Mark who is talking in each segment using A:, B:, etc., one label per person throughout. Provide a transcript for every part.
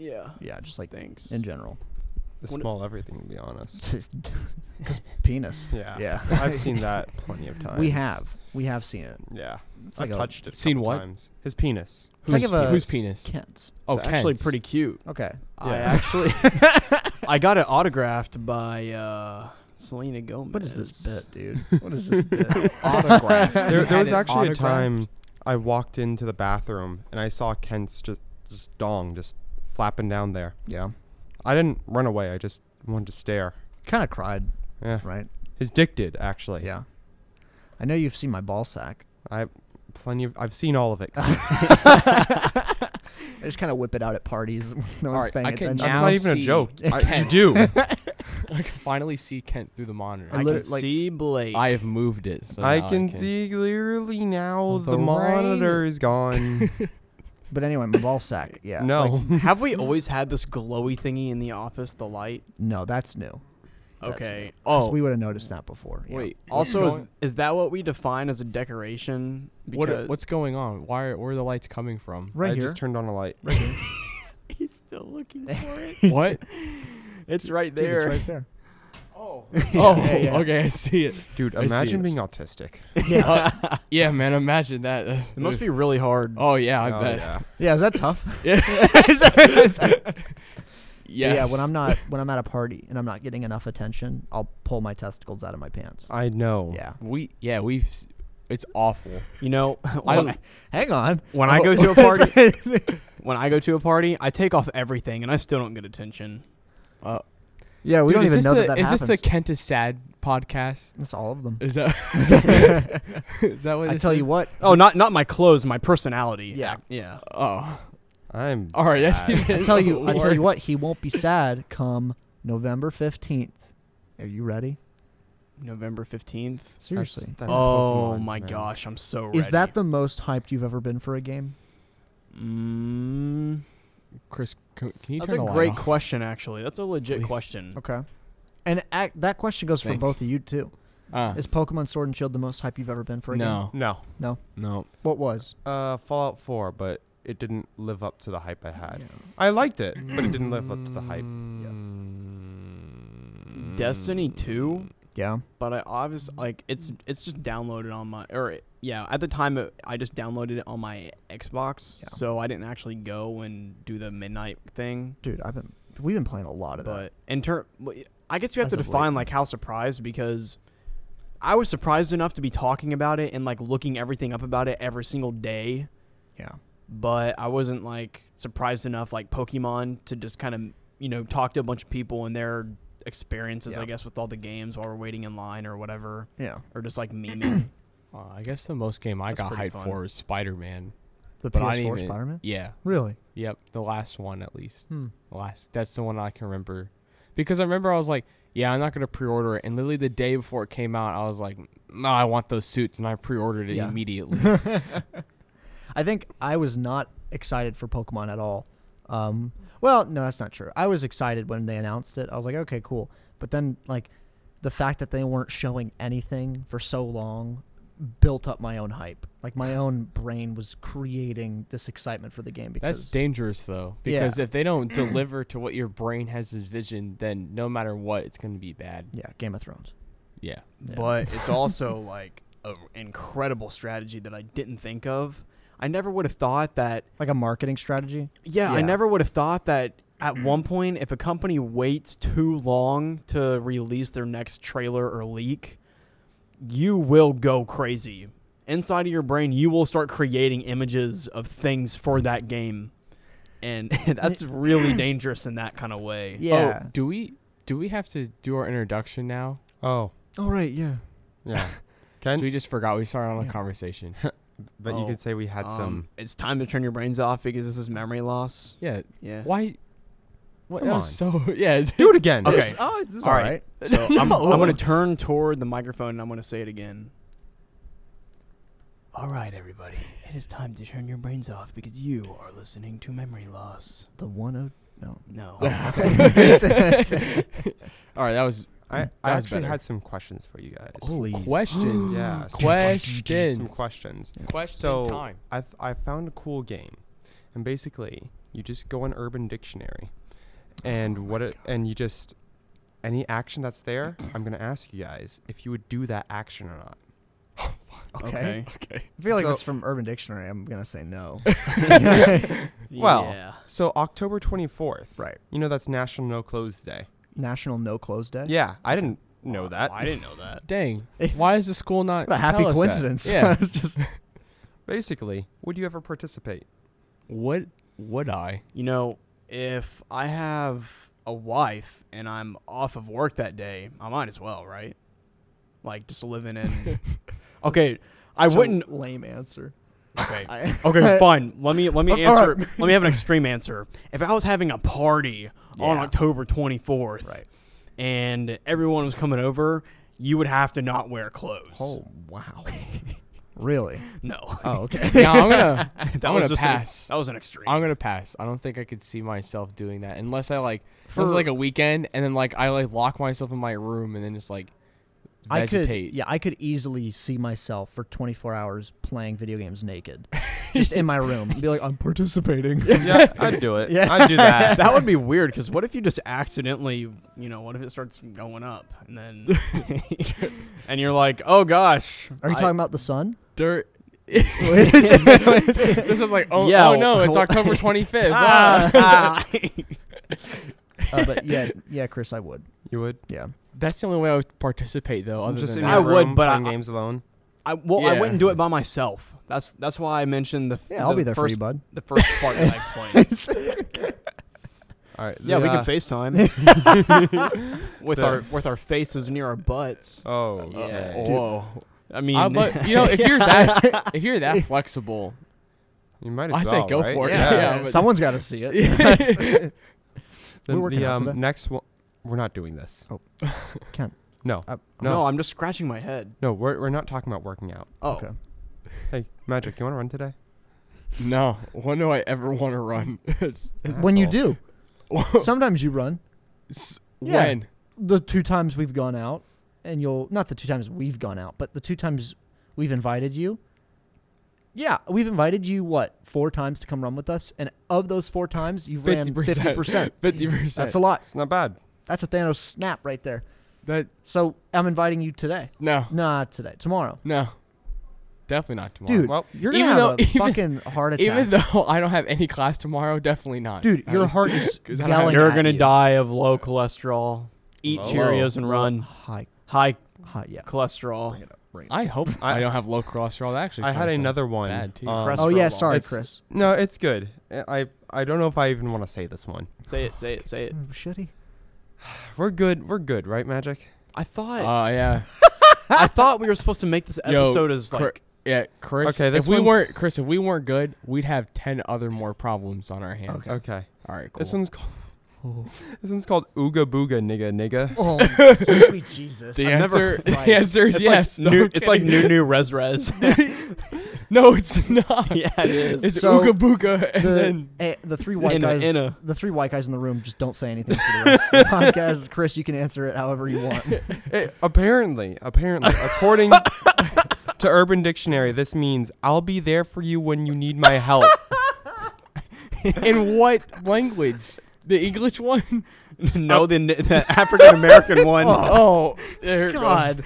A: Yeah.
B: Yeah, just like
A: Thanks.
B: in general.
C: The
A: What-
C: small everything, to be honest.
B: Just penis.
C: Yeah.
B: Yeah.
C: I've seen that plenty of times.
B: We have. We have seen it.
C: Yeah.
B: It's
C: I've
B: like a
C: touched it. a
D: Seen
C: couple
D: what?
C: Times. His penis.
B: It's like
D: Who's,
B: if a-
D: whose penis?
B: Kent's.
D: Oh,
A: It's actually
D: Ken's.
A: pretty cute.
B: Okay.
A: I
C: Yeah.
A: actually I got it autographed by uh, Selena Gomez.
B: What is this bit, dude? What is this bit?
A: Autographed.
C: There,
A: You
C: there
A: had
C: was
A: it
C: actually a
A: autographed?
C: time I walked into the bathroom and I saw Kent's just, just dong just flapping down there.
B: yeah.
C: I didn't run away. I just wanted to stare.
B: Kind of cried,
C: Yeah.
B: right?
C: His dick did actually.
B: Yeah. I know you've seen my ball sack.
C: I plenty of. I've seen all of it.
B: I just kind of whip it out at parties. when no
D: All
B: one's
D: right,
B: paying
D: I can
B: attention.
C: That's
D: now
C: not even a
D: see
C: joke. I, you
D: Kent.
C: do.
D: I can finally see Kent through the monitor.
B: I
A: I
D: I,
A: can
B: lit- like-
A: see Blake.
D: have moved it. So
C: I
D: now
C: can see clearly now. The,
D: The
C: monitor is gone.
B: But anyway, my ball sack. Yeah.
C: no.
B: Like,
A: Have we always had this glowy thingy in the office, the light?
B: no, that's new. That's
A: Okay.
B: new. 'Cause
A: Oh,
B: we would have noticed that before. yeah.
D: Wait.
A: also is,
D: going-
A: is that what we define as a decoration?
D: what,
A: Because-
D: what's going on? Why? Are, where are the lights coming from?
B: Right
C: I
B: here.
C: just turned on a light.
A: He's still looking for it.
D: What?
A: It's right
B: Dude, it's
A: there.
B: right there.
D: Oh.
B: Yeah, yeah.
D: Okay, I see it.
C: Dude,
D: I see
C: imagine
D: it.
C: being autistic.
D: Uh, yeah, man. Imagine that.
A: It must be really hard.
D: Oh yeah, I
C: oh,
D: bet.
C: Yeah.
B: Yeah, is that tough?
D: Yes.
B: Yeah, when I'm not when I'm at a party and I'm not getting enough attention, I'll pull my testicles out of my pants.
C: I know.
B: Yeah.
D: We yeah we've. s- It's awful.
A: You know,
B: Oh,
D: I-
B: Hang on.
A: When I go to a party, when I go to a party, I take off everything, and I still don't get attention.
D: Uh,
B: Yeah, we
D: dude,
B: don't
D: is
B: even
D: this
B: know
D: the,
B: that that
D: is
B: happens.
D: this the Kent is sad podcast?
B: That's all of them.
D: Is that is that what
B: I
D: this
B: tell
D: is?
B: you what.
A: Oh, not not my clothes, my personality.
B: Yeah.
A: yeah.
D: Oh,
C: I'm.
D: all right. That's
C: sad.
D: even
B: I tell you. I tell you what. He
D: worse.
B: won't be sad come November fifteenth. Are you ready?
A: November fifteenth.
C: That's-
B: Seriously.
C: that's
A: oh
C: Pokemon,
A: my
C: man.
A: gosh, I'm so ready.
B: Is that the most hyped you've ever been for a game?
A: Mm,
D: Chris, can, can you
A: that's a
D: turn the light
A: great
D: off?
A: question, actually. That's a legit
D: Please.
A: question.
B: Okay. And ac that question goes for
D: Thanks.
B: both of you too.
D: Uh,
B: Is Pokemon Sword and Shield the most hype you've ever been for a game?
D: no,
C: No.
D: no.
B: What was?
C: Uh, Fallout 4, but it didn't live up to the hype I had. I liked it, but it didn't live up to the hype.
D: Mm.
A: Destiny two,
B: Yeah.
A: but I obviously like it's it's just downloaded on my or it- yeah at the time it, I just downloaded it on my Xbox,
B: Yeah.
A: so I didn't actually go and do the midnight thing.
B: Dude, I've been we've been playing a lot of that.
A: But in turn, I guess you have
B: As
A: to
B: of late.
A: define like how surprised because I was surprised enough to be talking about it and like looking everything up about it every single day,
B: Yeah.
A: but I wasn't like surprised enough like Pokemon to just kind of you know talk to a bunch of people and their experiences
B: Yeah.
A: I guess with all the games while we're waiting in line or whatever
B: Yeah.
A: or just like memeing.
D: Uh, I guess the most game I
A: That's
D: got
A: pretty
D: hyped
A: fun.
D: for was Spider Man,
B: The
D: but I didn't
B: PS4
D: even-
B: Spider Man?
D: Yeah,
B: Really?
D: yep, the last one at least.
B: Hmm.
D: The last. That's the one I can remember, because I remember I was like, yeah, I'm not gonna pre-order it, and literally the day before it came out, I was like, no, I want those suits, and I pre-ordered it
B: Yeah.
D: immediately.
B: I think I was not excited for Pokemon at all. Um, well, no, that's not true. I was excited when they announced it. I was like, okay, cool. But then, like, the fact that they weren't showing anything for so long built up my own hype. Like, my own brain was creating this excitement for the game because
D: That's dangerous though,
B: Yeah.
D: because if they don't deliver to what your brain has envisioned, then no matter what, it's gonna be bad.
B: Yeah, Game of Thrones.
D: Yeah.
B: Yeah.
A: but it's also like an incredible strategy that I didn't think of. I never would have thought that.
B: Like a marketing strategy.
D: Oh,
A: Yeah, I
B: Yeah.
A: never would have thought that at one point, if a company waits too long to release their next trailer or leak, you will go crazy. Inside of your brain, you will start creating images of things for that game. And that's really dangerous in that kind of way.
B: Yeah.
D: Oh, do we do we have to do our introduction now?
C: Oh,
B: Oh, right. Yeah.
C: yeah.
D: So we
C: Ken,
D: just forgot we started on a
B: Yeah.
D: conversation.
C: but you
A: Oh,
C: could say we had
A: Um,
C: some.
A: It's time to turn your brains off because this is memory loss.
D: Yeah.
A: Yeah.
D: Why? What?
C: Come
D: that
C: on.
D: was so yeah.
C: Do it again.
A: Okay.
B: Oh, this is
A: All
B: all
A: right.
B: right.
A: So I'm,
B: No.
A: I'm going to turn toward the microphone and I'm going to say it again. All right, everybody. It is time to turn your brains off because you are listening to memory loss.
B: The one oh no.
A: No.
D: All right. That was
C: I, I
D: That was
C: actually
D: better.
C: had some questions for you guys.
B: Holy
D: questions.
C: Yeah. some-
D: Questions.
C: Some questions.
D: question
C: So
D: time.
C: I, th- I found a cool game, and basically, You just go on Urban Dictionary, and what it and you just any action that's there. I'm gonna ask you guys if you would do that action or not.
B: Okay.
A: Okay.
D: Okay.
B: I feel like
C: So-
B: that's from Urban Dictionary. I'm gonna say no.
C: Well,
A: yeah.
C: So October 24th.
B: right.
C: You know that's National No Clothes Day.
B: National No Close Day.
C: Yeah, I didn't know that.
A: I didn't know that.
D: Dang. Why is the school not?
B: What a happy
D: tell us that?
B: coincidence.
D: Yeah.
B: it's just
C: Basically, would you ever participate?
D: What would I?
A: You know, if I have a wife and I'm off of work that day, I might as well, right? Like just living in. okay, I
B: such a
A: wouldn't.
B: lame answer.
A: Okay.
B: I-
A: Okay, fine. Let me let me
B: All right.
A: answer. Let me have an extreme answer. If I was having a party on
B: Yeah.
A: October 24th,
B: Right.
A: and everyone was coming over, you would have to not wear clothes.
B: Oh wow. really?
A: No,
B: Oh okay.
D: No, I'm gonna.
A: that
D: I'm
A: was
D: gonna
A: just
D: pass.
A: An, that was an extreme.
D: I'm gonna pass. I don't think I could see myself doing that unless I like for
A: For-
D: like a weekend and then like I like lock myself in my room and then just like
B: I
D: vegetate.
B: could. Yeah, I could easily see myself for 24 hours playing video games naked, just in my room, and be like, I'm participating.
C: yeah, I'd do it.
B: Yeah.
C: I'd do that.
A: that would be weird because what if you just accidentally, you know, what if it starts going up and then, and you're like, oh gosh,
B: Are you
A: I-
B: talking about the sun? Uh,
D: Dirt.
B: Wait.
D: this is like oh,
A: Yeah,
D: oh no, it's
A: well-
D: October 25th. wow.
A: Ah, ah.
B: Uh, but yeah, yeah, Chris, I would.
C: You would.
B: Yeah.
D: That's the only way I would participate though. Other
C: just
D: than
C: in
A: I
D: that.
C: your
A: would,
C: room
A: but I-
C: playing games alone.
A: I well, I
D: Yeah.
A: wouldn't do it by myself. That's that's why I mentioned the f-
B: Yeah, I'll
A: the
B: be there for
A: first
B: you, bud.
A: the first part that I explained.
C: All right.
A: yeah,
C: the,
A: we
C: uh,
A: can FaceTime with
C: The-
A: our with our faces near our butts.
C: Oh,
A: Yeah.
C: okay.
D: Whoa.
A: I mean,
D: I'd lo- you know, if you're that if you're that flexible,
C: You might as
D: I say
C: well.
D: go
C: right?
D: for it.
C: Yeah.
D: Yeah. but-
B: Someone's got to see it.
C: The,
B: We're working
C: the,
B: out
C: um,
B: today. Oh,
C: next one. We're not doing this.
B: Can't.
C: No.
B: I-
A: no.
C: no.
A: I'm just scratching my head.
C: No, we're, we're not talking about working out.
A: Oh,
B: Okay.
C: Hey, Magic, you want to run today?
D: no. When do I ever want to run? It's-
B: When you
C: Asshole.
B: do, sometimes you run.
D: it's-
B: Yeah.
D: When?
B: The two times we've gone out, and you'll not the two times we've gone out, but the two times we've invited you. Yeah, we've invited you what four times to come run with us, and of those four times, you've ran fifty percent.
D: Fifty percent.
B: That's a lot.
C: It's not bad.
B: That's a Thanos snap right there.
D: That
B: So I'm inviting you today.
D: no,
B: Not today. Tomorrow,
D: no, definitely not tomorrow.
B: dude.
C: Well,
B: you're gonna have
D: even though-
B: a
D: even-
B: fucking heart attack.
D: even though I don't have any class tomorrow, definitely not.
B: dude,
D: I
B: your
D: mean,
B: heart is
D: 'Cause I don't have-
B: yelling.
A: you're
B: at
A: gonna
B: you.
A: die of low cholesterol. Eat
C: Low.
A: Cheerios and run.
B: High,
A: High
B: high, yeah.
A: cholesterol.
B: Bring it up. Bring it up.
D: I hope I,
C: I-
D: don't have low cholesterol. That actually,
C: I had
D: kinda sounds
C: another one.
D: Bad too.
C: um,
A: Crust-
B: Oh yeah,
A: Cholesterol.
B: sorry,
C: It's-
B: Chris.
C: no, it's good. I I don't know if I even want to say this one.
A: Say it. Say it. Say it.
B: Oh, should he?
C: We're good. We're good, right, Magic?
A: I thought.
D: uh, yeah,
A: I thought we were supposed to make this
D: Yo,
A: episode as
D: Cri-
A: like.
D: yeah, Chris.
C: Okay, this
D: if we
C: one-
D: weren't Chris, if we weren't good, we'd have ten other more problems on our hands.
B: Okay.
C: Okay.
D: All right, cool.
C: This one's called. This one's called Ooga Booga Nigga Nigga.
B: Oh, sweet Jesus.
D: the
A: I've never-
D: answer, the answer is
A: It's Like
D: yes. no,
A: new, it's like
D: kidding.
A: new, new res res.
D: no, it's not.
A: yeah, it is.
D: It's
B: So,
D: Ooga Booga, and
B: the,
D: then
B: eh, the three white
A: In a-
B: guys,
A: in a-
B: the three white guys in the room, just don't say anything for the rest of the podcast. Chris, you can answer it however you want.
C: It- apparently, apparently, according to Urban Dictionary, this means I'll be there for you when you need my help.
D: in what language? The English one?
A: no, the, the African American one.
D: Oh, there it goes.
B: God,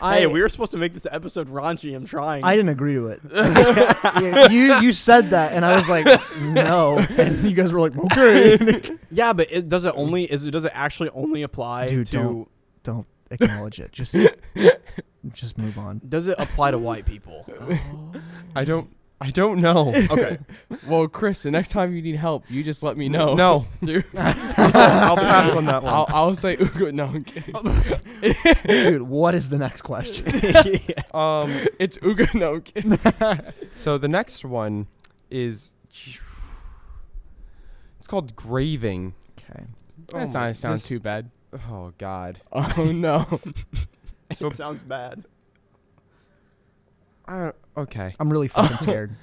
B: I
A: hey, we were supposed to make this episode raunchy. I'm trying.
B: I didn't agree to it. Yeah, you you said that, and I was like, no, and you guys were like, okay,
A: yeah, but it does it only is it does it actually only apply
B: Dude,
A: to
B: don't. don't acknowledge it. Just just move on.
A: does it apply to white people?
C: I don't. I don't know.
A: Okay.
D: Well, Chris, the next time you need help, you just let me know.
C: No,
D: Dude,
C: I'll pass on that one.
D: I'll, I'll say Ooga. No, I'm kidding.
B: Dude, what is the next question?
C: Um,
D: It's Ooga. No, I'm kidding.
C: so the next one is it's called graving.
B: Okay.
C: Oh
D: That's
C: my-
D: not sound
C: this-
D: too bad.
C: Oh God.
D: Oh no.
C: So
A: it sounds bad.
C: uh, okay.
B: I'm really fucking scared.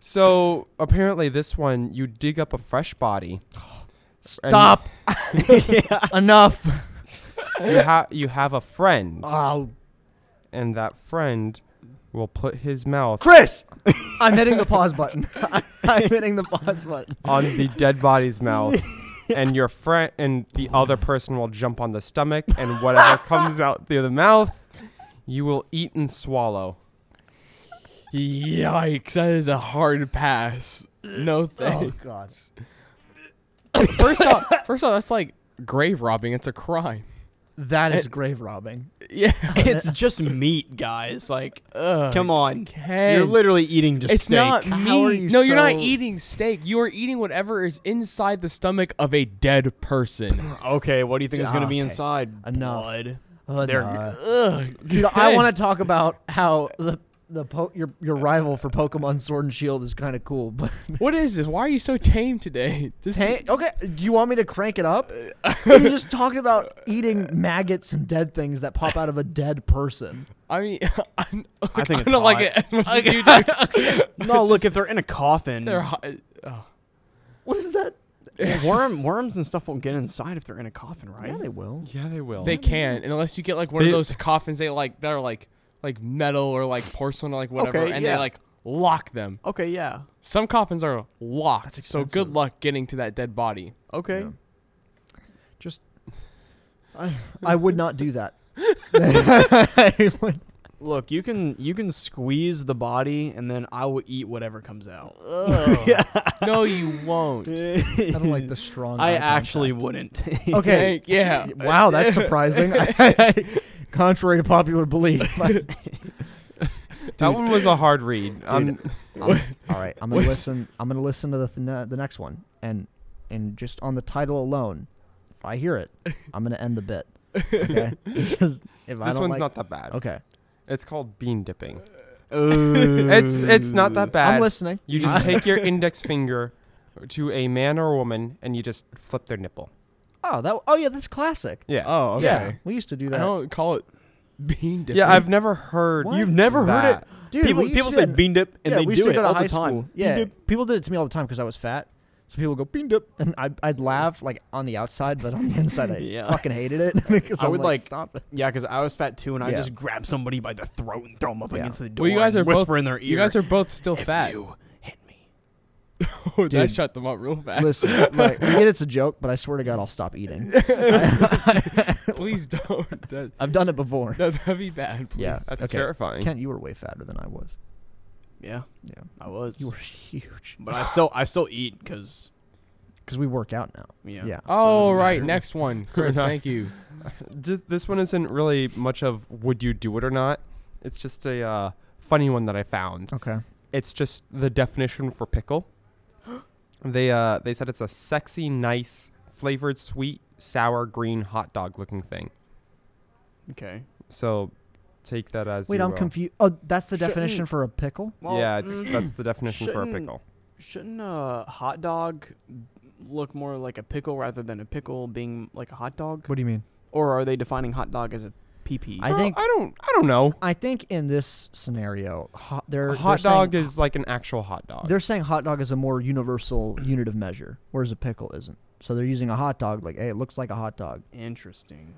C: So apparently this one you dig up a fresh body. and
B: Stop. Enough.
C: You have you have a friend,
D: Uh.
B: Oh,
C: and that friend will put his mouth.
B: Chris, I'm hitting the pause button. time hitting the pause button.
C: on the dead body's mouth, and your friend and the other person will jump on the stomach, and whatever comes out through the mouth, you will eat and swallow.
D: Yikes! That is a hard pass. No
B: Oh
D: thanks.
B: god.
D: First off, first off, that's like grave robbing. It's a crime.
B: That is
D: It-
B: grave robbing.
D: Yeah.
A: it's just meat, guys. Like, come on.
D: Ken.
A: You're literally eating just
D: It's
A: steak.
D: not meat.
B: How are you
D: no, you're not
B: so-
D: eating steak. You are eating whatever is inside the stomach of a dead person.
A: Okay, what do you think is going to be
B: Okay.
A: inside?
B: Enough.
A: Blood.
B: Uh,
A: They're-
B: nah.
D: Ugh.
B: You know, I want to talk about how the the po- your your rival for Pokemon Sword and Shield is kind of cool, but
D: What is this? Why are you so tame today? This
B: Ta- okay, do you want me to crank it up? you just talked about eating maggots and dead things that pop out of a dead person.
D: I mean, I'm,
A: I think
D: I
A: it's
D: don't like
A: hot.
D: it as much as you do.
A: No, look, if they're in a coffin,
D: They're hot. Oh.
B: What is that?
A: worm, worms and stuff won't get inside if they're in a coffin, right?
B: Yeah, they will.
C: Yeah, they will.
D: They can, and unless you get like one
C: They-
D: of those coffins, they like that are like like metal or like porcelain or like whatever,
A: Okay,
D: and
A: yeah.
D: they like lock them.
A: okay, yeah.
D: Some coffins are locked, so good
B: expensive.
D: luck getting to that dead body.
A: Okay.
B: Yeah. Just, I I would not do that. I would-
A: Look, you can you can squeeze the body and then I will eat whatever comes out.
D: no, you won't.
B: I don't like the strong.
A: I
B: eye
A: actually
B: contact.
A: wouldn't.
B: Okay.
D: Like, yeah.
B: Wow, that's surprising. Contrary to popular belief.
C: that one was a hard read. Um,
B: I'm- all right, I'm gonna listen. I'm gonna listen to the th- uh, the next one, and and just on the title alone, if I hear it, I'm gonna end the bit. Okay, because if I
C: this
B: don't
C: one's
B: like,
C: not that bad.
B: okay,
C: It's called bean dipping.
A: Ooh.
C: It's it's not that bad.
B: I'm listening.
C: You just take your index finger to a man or a woman, and you just flip their nipple.
B: Oh, that. Oh yeah, that's classic.
C: Yeah.
D: Oh, okay.
B: Yeah, we used to do
D: I
B: that.
D: don't call it bean dipping.
C: yeah, I've never heard.
B: What?
A: You've never heard
C: that.
A: it.
B: Dude, we
A: people
B: used
A: people
B: to
A: say
B: do that in-
A: bean dip and
B: yeah,
A: they
B: we
A: do
B: used to
A: it
B: go to
A: all
B: high
A: the time.
B: school. Yeah,
A: Bean dip.
B: people did it to me all the time because I was fat. So people would go bean dip, and I, I'd laugh like on the outside, but on the inside I
A: Yeah.
B: fucking hated it. 'Cause
A: I
B: I'm
A: would like,
B: stop it.
A: Yeah, because I was fat too, and I
B: Yeah.
A: just grabbed somebody by the throat and throw them up
B: Yeah.
A: against the door.
D: Well, you guys
A: and
D: are both
A: whisper in their ear.
D: You guys are both still
A: if
D: fat.
A: You hit me.
D: Oh, that
B: Dude.
D: shut them up real fast.
B: Listen, like, we get it's a joke, but I swear to God, I'll stop eating.
D: please don't. That,
B: I've done it before.
D: that, that'd be bad. Please.
B: Yeah,
C: That's
B: okay.
C: terrifying.
B: Kent, you were way fatter than I was.
A: Yeah,
B: Yeah,
A: I was.
B: you were huge.
A: But I still I still eat because
B: Because we work out now.
A: yeah.
B: Yeah.
D: Oh,
A: doesn't
D: right.
A: matter.
D: Next one. Chris,
C: not-
D: thank you.
C: Th- this one isn't really much of would you do it or not. It's just a uh, funny one that I found.
B: Okay.
C: It's just the definition for pickle. they uh, they said it's a sexy, nice, flavored, sweet, sour, green hot dog looking thing.
A: Okay.
C: So take that as
B: Wait,
C: you
B: I'm
C: will.
B: confused. Oh, that's the
A: Shouldn't-
B: definition for a pickle.
A: Well,
C: yeah, it's, that's
B: mm.
C: the definition for a
A: shouldn't-
C: pickle.
A: Shouldn't a hot dog look more like a pickle rather than a pickle being like a hot dog?
B: do you mean?
A: Or are they defining hot dog as a PP?
B: I
C: Well,
B: think-
C: I don't I don't know.
B: I think in this scenario, hot, they're
C: A hot
B: they're
C: dog
B: Saying,
C: is like an actual hot dog.
B: they're saying hot dog is a more universal unit of measure, whereas a pickle isn't. So they're using a hot dog like, hey, it looks like a hot dog.
A: Interesting.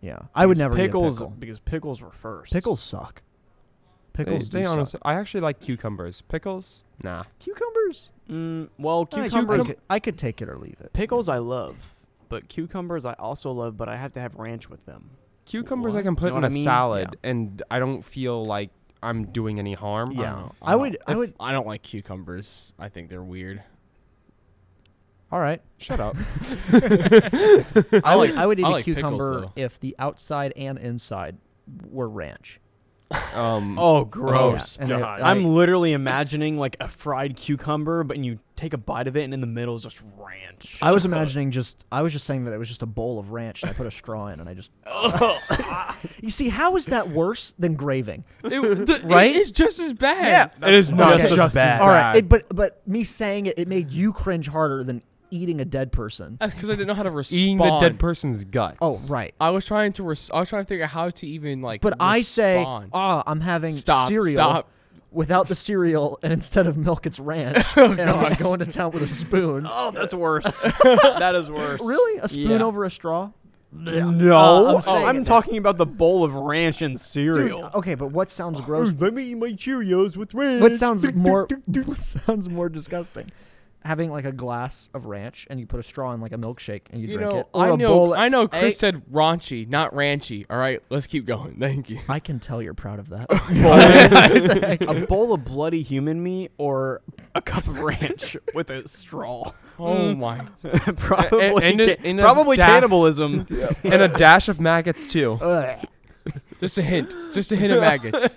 B: Yeah, I would
A: Because
B: never
A: pickles
B: Eat a pickle.
A: because pickles were first.
B: Pickles suck.
C: They-
B: Pickles.
C: they
B: do
C: honest-
B: suck.
C: I actually like cucumbers. Pickles? Nah.
B: Cucumbers.
A: Mm, well,
B: I could-
A: cucumbers.
B: I could, I could take it or leave it.
A: pickles I love, but cucumbers I also love, but I have to have ranch with them.
C: Cucumbers I
A: What?
C: can put
A: Know
C: in
A: what
C: a
A: I mean?
C: salad and I don't feel like I'm doing any harm.
B: Yeah.
D: don't know.
B: I
D: I'm
B: would-
D: not-
B: I
D: if-
B: would-
D: I don't like cucumbers. I think they're weird.
B: All right.
C: Shut up.
B: I would, I would eat
D: I
B: a
D: like pickles,
B: cucumber
D: though.
B: if the outside and inside were ranch.
C: Um,
A: Oh,
B: gross. Yeah, and they- God.
A: I'm literally imagining like a fried cucumber, but you take a bite of it, and in the middle is just ranch.
B: I was imagining just I was just saying that it was just a bowl of ranch and I put a straw in and I just You see, how is that worse than graving?
D: It- th-
B: Right?
D: It's just as bad.
A: it is not
B: Okay.
A: Oh, just,
B: Just as
A: bad.
B: All right,
C: bad.
B: it, but but me saying it it made you cringe harder than eating a dead person.
D: That's because I didn't know how to respond.
C: eating the dead person's guts.
B: Oh, right.
D: I was trying to. Res- I was trying to figure out how to even like.
B: But I say,
D: respond.
B: "Ah, I'm having
D: Stop,
B: cereal."
D: stop.
B: Without the cereal, and instead of milk, it's ranch.
D: Oh,
B: and I'm going to town with a spoon.
A: Oh, that's worse. that is worse.
B: Really? A spoon
A: Yeah.
B: over a straw?
A: No,
B: Uh, I'm
A: I'm,
B: saying it-
A: talking about the bowl of ranch and
B: Dude,
A: cereal.
B: okay, but what sounds gross?
A: Let me eat my Cheerios with ranch.
B: What sounds more what sounds more disgusting? Having like a glass of ranch and you put a straw in like a milkshake and you,
D: You
B: drink
D: know,
B: it. Or
D: I
B: a bowl
D: know,
B: of-
D: I know. Chris
B: Hey,
D: said raunchy, not ranchy. All right, let's keep going. Thank you.
B: I can tell you're proud of that.
A: a bowl of bloody human meat or a cup of ranch with a straw?
D: Oh my!
A: probably,
C: A- a- and
A: ca-
C: a- and a
A: probably
C: da-
A: cannibalism.
C: and a dash of maggots too.
B: Ugh.
D: Just a hint. Just a hint of maggots.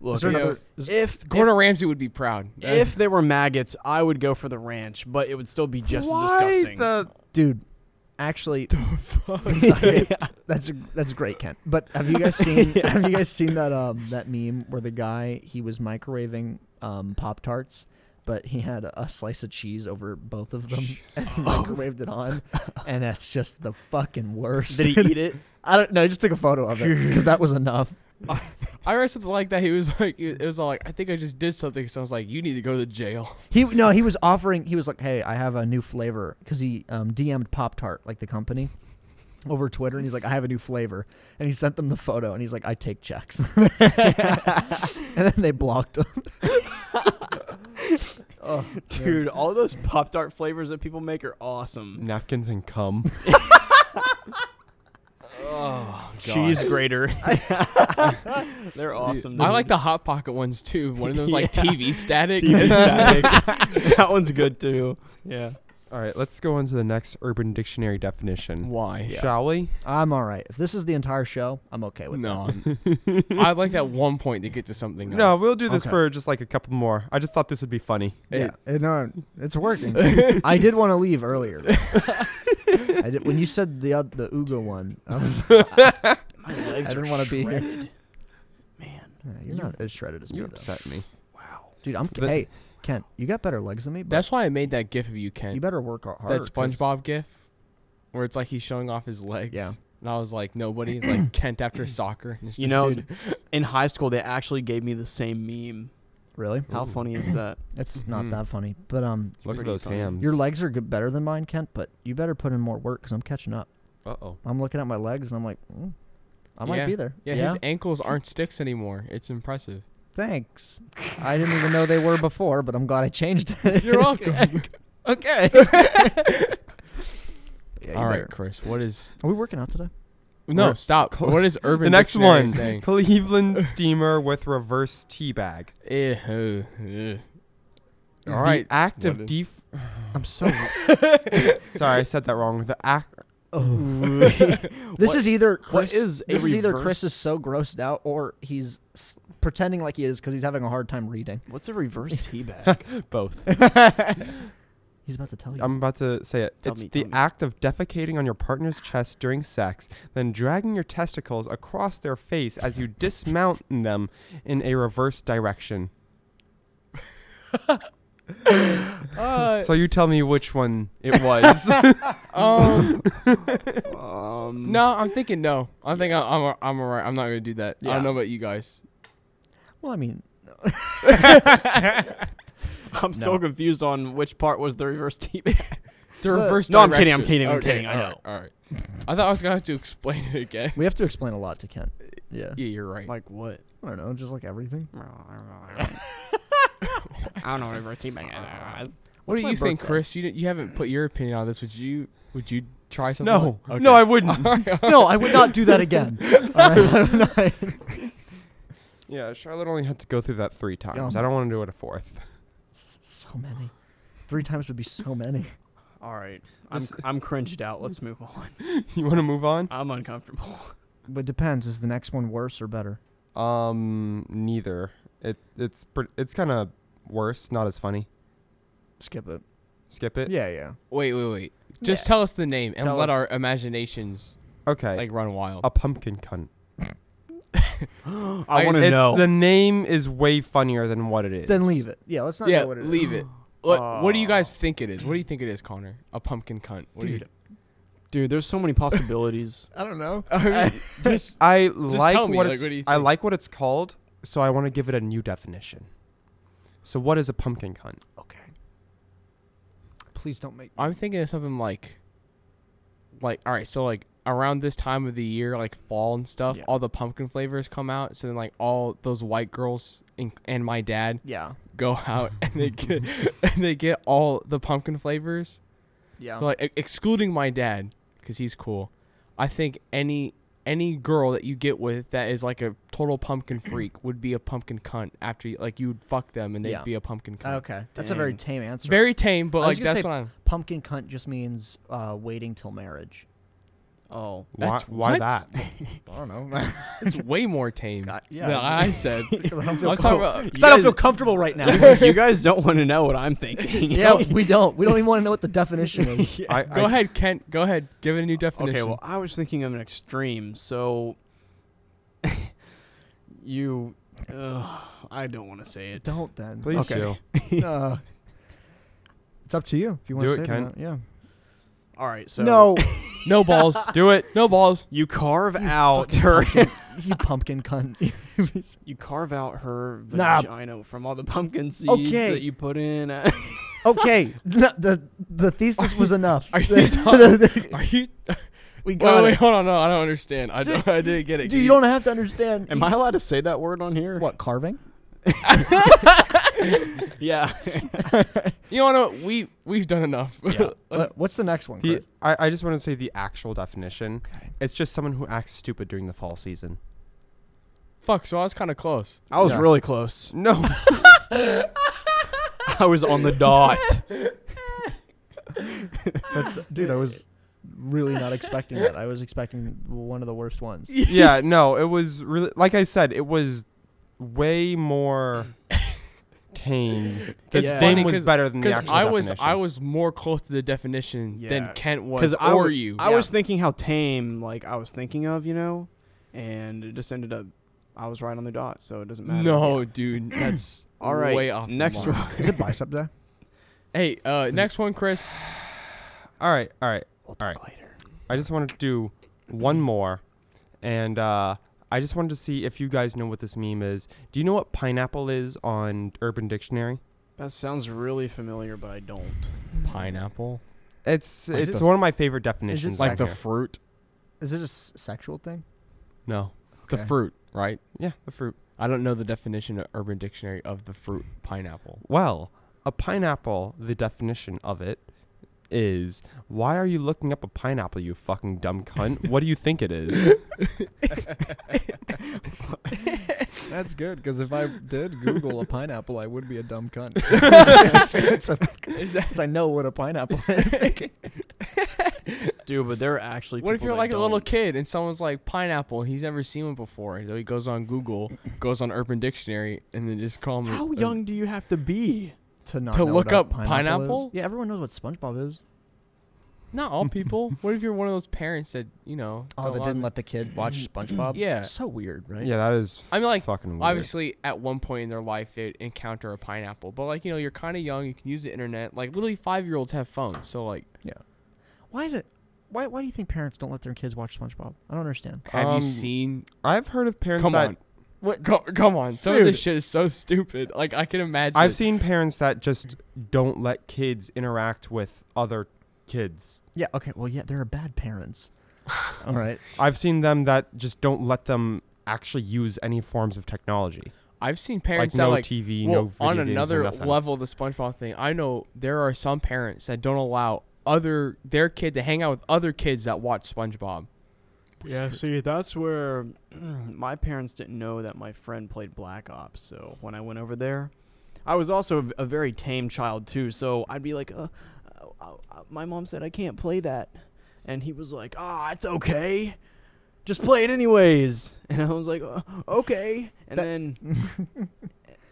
A: Look,
B: Is there
A: you
B: another-
A: know,
B: is-
A: if
D: Gordon Ramsay would be proud.
A: if, if there were maggots, I would go for the ranch, but it would still be just as
C: Why
A: disgusting.
C: the-
B: Dude, actually that's, that's that's great, Kent. But have you guys seen have you guys seen that um that meme where the guy he was microwaving um Pop Tarts? But he had a slice of cheese over both of them and he
A: Oh.
B: microwaved it on, and that's just the fucking worst.
A: Did he eat it?
B: I don't know. I just took a photo of it because that was enough.
D: Uh, I read something like that. He was like, it was all like, I think I just did something. So I was like, you need to go to jail.
B: He no, he was offering. He was like, "Hey, I have a new flavor," because he um, DM'd Pop Tart, like the company, over Twitter, and he's like, "I have a new flavor," and he sent them the photo, and he's like, "I take checks," and then they blocked him. oh,
A: Dude, all those Pop Tart flavors that people make are awesome.
C: napkins and cum.
D: Oh,
A: Cheese grater. They're awesome.
D: I
A: dude.
D: like the hot pocket ones too. One of those like
A: Yeah.
D: TV static.
A: TV static. that one's good too. Yeah.
C: All right, let's go on to the next Urban Dictionary definition,
D: Why?
C: shall we?
B: I'm all right. If this is the entire show, I'm okay with
D: No, I'm- I'd like that one point to get to something.
C: No, we'll do this
B: Okay.
C: for just like a couple more. I just thought this would be funny.
B: that. Yeah, no, it's working. I did want to leave earlier. though. I did, when you said the uh, the Ugo one, I was
A: My legs
B: I didn't
A: want
B: wanna
A: to
B: be here.
A: Man.
B: you're not as shredded as me
C: You
B: though.
C: upset me.
A: Wow.
B: Dude, I'm
C: But-
B: hey Kent. You got better legs than me, but
D: That's why I made that gif of you, Ken.
B: you better work hard.
D: that
B: 'cause-
D: SpongeBob gif, where it's like he's showing off his legs.
B: Yeah.
D: And I was like, nobody. It's like Kent after soccer. And it's
A: You
D: just-
A: know, in high school they actually gave me the same meme.
B: Really?
A: How funny is that?
B: It's not
D: Mhm.
B: that funny, but um,
C: Look at
A: Pretty
C: those
A: funny.
C: hams.
B: your legs are good, better than mine, Kent. But you better put in more work because I'm catching up.
C: Uh oh.
B: I'm looking at my legs and I'm like, mm, I might
D: Yeah.
B: be there.
D: yeah, his ankles aren't sticks anymore. It's impressive.
B: Thanks. I didn't even know they were before, but I'm glad I changed it.
D: You're welcome.
B: okay. yeah, you
D: All right,
B: better-
D: Chris. What is?
B: Are we working out today?
D: No,
C: We're-
D: stop.
C: Cl-
D: what is urban?
C: The next
D: Dictionary
C: one
D: Saying?
C: Cleveland steamer with reverse teabag.
D: Eh, huh, eh.
C: All right. The act
D: What
C: of
D: is-
C: def.
B: I'm so.
C: Sorry, I said that wrong. The act.
B: This is either
A: what
B: Chris,
A: is a
B: this is either
A: reverse-
B: Chris is so grossed out or he's s- pretending like he is because he's having a hard time reading.
A: What's a reverse teabag?
C: Both.
B: He's about to tell you.
C: I'm about to say it.
A: Tell
C: it's
A: me,
C: the
A: tell me.
C: act of defecating on your partner's chest during sex, then dragging your testicles across their face as you dismount them in a reverse direction.
D: Uh,
C: so you tell me which one it was.
D: Um,
A: um,
D: no, I'm thinking no. I think I, I'm I'm alright. I'm not gonna do that. I
A: Yeah.
D: don't know about you guys.
B: well, I mean,
A: I'm still confused on which part was the reverse teabag.
D: The reverse.
A: no, I'm
D: direction.
A: kidding, I'm kidding, I'm kidding, I know.
D: all right. I thought I was gonna have to explain it again.
B: we have to explain a lot to Kent. Yeah.
D: Yeah, you're right.
A: like what?
B: I don't know, just like everything.
A: I don't know what a reverse teabag is.
D: what
B: What's
D: do
B: my
D: you think,
B: birthday?
D: Chris? You d- you haven't put your opinion on this. Would you would you try something?
C: no,
D: like-
C: no, I
D: Okay.
C: wouldn't.
B: no, I would not do that again. All right.
C: yeah, Charlotte only had to go through that three times.
B: Yeah.
C: I don't want to do it a fourth.
B: S- so many. Three times would be so many.
A: All right, I'm
C: This-
A: I'm cringed out. Let's move on.
C: You want to move on?
A: I'm uncomfortable.
B: But depends. Is the next one worse or better?
C: Um, neither. It it's pret it's kind of worse. Not as funny.
B: Skip it.
C: Skip it.
B: Yeah, yeah.
D: Wait, wait, wait. Just
B: Yeah.
D: tell us the name and
A: Tell
D: let
A: us.
D: our imaginations
C: Okay.
D: like run wild.
C: a pumpkin cunt.
A: I
D: I-
A: want to
D: it's
A: know.
C: The name is way funnier than what it is.
B: Then leave it. Yeah, let's not
D: yeah,
B: know what it is.
D: leave it. What, what do you
A: Oh.
D: guys think it is? What do you think it is, Connor? A pumpkin cunt. What do you,
B: Dude.
A: Dude, there's so many possibilities.
B: I don't know.
D: I mean, just
C: I like
D: tell
C: what
D: me, like,
C: it's
D: what do you
C: I
D: think?
C: like what it's called, so I want to give it a new definition. So what is a pumpkin cunt?
B: Okay. Please don't make.
D: I'm thinking of something like like all right, so like around this time of the year, like fall and stuff,
A: Yeah.
D: all the pumpkin flavors come out. So then like all those white girls and, and my dad
B: Yeah.
D: go out and they get and they get all the pumpkin flavors.
B: Yeah.
D: So, like e- excluding my dad because he's cool. I think any any girl that you get with that is like a total pumpkin freak would be a pumpkin cunt after you, like you'd fuck them and they'd
B: Yeah.
D: be a pumpkin cunt.
B: okay. That's a uh, very
A: Dang.
B: tame answer.
D: Very tame, but
B: I was
D: like
B: gonna
D: that's
B: say-
D: what I'm.
B: Pumpkin cunt just means uh, waiting till marriage.
A: Oh,
C: Why,
D: That's-
C: why
D: what?
C: that?
B: I don't know.
D: It's way more tame
B: God, yeah.
D: than I said.
B: I don't feel, com-
D: I'm talking about.
B: 'cause I don't
A: guys-
B: feel comfortable right now.
A: you guys don't want to know what I'm thinking.
B: yeah, we don't. We don't even want to know what the definition is.
C: I, I-
D: Go ahead, Kent. Go ahead. Give it a new definition.
A: Okay, well, I was thinking of an extreme. So you, ugh, I don't want to say it.
B: Don't then.
C: Please
A: Okay.
C: do.
B: Uh, it's up to you if you want
C: Do
B: to
C: it,
B: say
C: Kent.
B: That. Yeah.
A: All right, so
B: no,
D: no balls.
C: Do it.
D: No balls.
A: you carve
B: You
A: out
B: fucking
A: her,
B: pumpkin- you pumpkin cunt.
A: you carve out her
B: Nah.
A: vagina from all the pumpkin seeds
B: Okay.
A: that you put in. Uh,
B: okay, no, the the thesis was enough.
D: Are you? Are you?
B: we
D: Wait,
B: got
D: wait,
B: it.
D: hold on. No, I don't understand. I,
B: Dude,
D: don't, I didn't get it.
B: Dude, you don't have to understand.
A: Am I allowed to say that word on here?
B: what carving?
A: Yeah.
D: You know what? We we've done enough. Let's-
B: What, what's the next one?
C: The,
B: Kurt?
C: I, I just want to say the actual definition. It's just someone who acts stupid during the fall season.
D: Fuck. So I was kind of close.
A: I was
B: Yeah.
A: really close.
C: No.
A: I was on the dot.
B: That's, dude, I was really not expecting that. I was expecting one of the worst ones.
C: yeah, no, it was really like I said, it was way more tame. The
A: It's
C: name
A: funny
C: was
D: 'cause-
C: better than the
D: Because
C: actual
D: I was
C: definition.
D: I was more close to the definition
A: Yeah.
D: than Kent was
A: Because
D: or
A: I w-
D: you.
A: I
B: Yeah.
A: was thinking how tame like I was thinking of, you know, and it just ended up I was right on the dot, so it doesn't matter.
D: no, dude, that's
A: All right.
D: way off. the
A: Next
D: mark.
A: one.
B: Is it bicep day?
D: Hey, uh, next one, Chris.
C: all right, all right.
A: We'll
C: All right.
A: talk later.
C: I just wanted to do one more, and uh, I just wanted to see if you guys know what this meme is. Do you know what pineapple is on Urban Dictionary?
A: That sounds really familiar, but I don't.
D: Pineapple,
C: It's
B: Is
C: it's
B: this-
C: one of my favorite definitions.
B: It's
D: like the
C: here.
D: fruit,
B: Is it a s- sexual thing?
C: no,
B: Okay.
D: the fruit, right?
C: yeah, the fruit.
D: I don't know the definition of Urban Dictionary of the fruit pineapple.
C: Well, a pineapple. The definition of it is why are you looking up a pineapple, you fucking dumb cunt? what do you think it is?
B: That's good because if I did Google a pineapple, I would be a dumb cunt. Because I know what a pineapple is.
A: Dude, but there are actually
D: What if
A: people
D: you're
A: that
D: like a little
A: don't.
D: kid and someone's like pineapple and he's never seen one before? So he goes on Google, goes on Urban Dictionary, and then just call me.
A: How young do you have to be?
B: To, not
D: To
B: know what
D: look
B: a
D: up
B: pineapple,
D: pineapple?
B: is? Yeah, everyone knows what SpongeBob is.
D: Not all people. what if you're one of those parents that you know?
B: Oh,
D: don't
B: that
D: allow
B: didn't
D: the-
B: let the kid watch SpongeBob.
D: Yeah.
B: Mm-hmm. so weird, right?
C: yeah, that is.
D: I mean, like,
C: fucking weird.
D: Obviously, at one point in their life, they encounter a pineapple. But like, you know, you're kind of young. You can use the internet. Like, literally, five year olds have phones. So like,
B: Why is it? Why Why do you think parents don't let their kids watch SpongeBob? I don't understand.
D: have
C: Um,
D: you seen?
C: I've heard of parents
D: Come
C: that
D: on. What? Go, come on. Some of
B: Dude.
D: this shit is so stupid. Like, I can imagine.
C: I've
D: it.
C: seen parents that just don't let kids interact with other kids.
B: Yeah. Okay. Well, yeah, there are bad parents. All right.
C: I've seen them that just don't let them actually use any forms of technology,
D: I've seen parents
C: like
D: that
C: no
D: like.
C: TV,
D: well,
C: no video
D: on
C: games, no
D: another
C: nothing.
D: level, of the SpongeBob thing. I know there are some parents that don't allow other their kid to hang out with other kids that watch SpongeBob.
A: Yeah, see, that's where my parents didn't know that my friend played Black Ops. So when I went over there, I was also a v- a very tame child too. So I'd be like, uh, uh, uh, uh, "My mom said I can't play that," and he was like, "Ah, it's okay, just play it anyways." And I was like, uh, "Okay," and
B: That-
A: then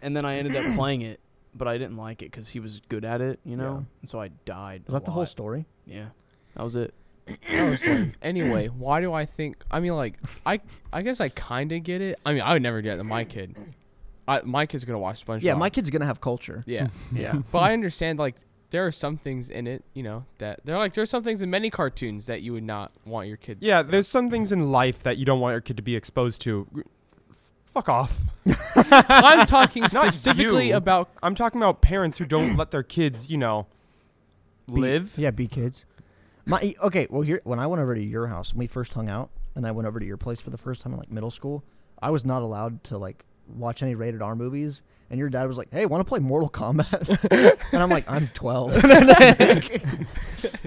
A: and then I ended up playing it, but I didn't like it because he was good at it, you know.
B: Yeah.
A: And so I died.
B: Is that the whole
A: lot.
B: story?
A: Yeah, that was it.
D: anyway, why do I think? I mean, like, I I guess I kind of get it. I mean, I would never do that to my kid. I, my kid's gonna watch SpongeBob.
B: Yeah, my kid's gonna have culture.
D: Yeah,
A: Yeah.
D: but I understand like there are some things in it, you know, that they're like there's some things in many cartoons that you would not want your kid.
C: Yeah, there's some things in life that you don't want your kid to be exposed to. F- Fuck off.
D: I'm talking
C: Not
D: specifically
C: you.
D: about
C: I'm talking about parents who don't let their kids, you know,
B: Be-
C: live.
B: yeah, be kids. My e, okay, well here when I went over to your house when we first hung out, and I went over to your place for the first time in like middle school, I was not allowed to like watch any rated R movies. And your dad was like, "Hey, want to play Mortal Kombat?" and I'm like, "I'm 12."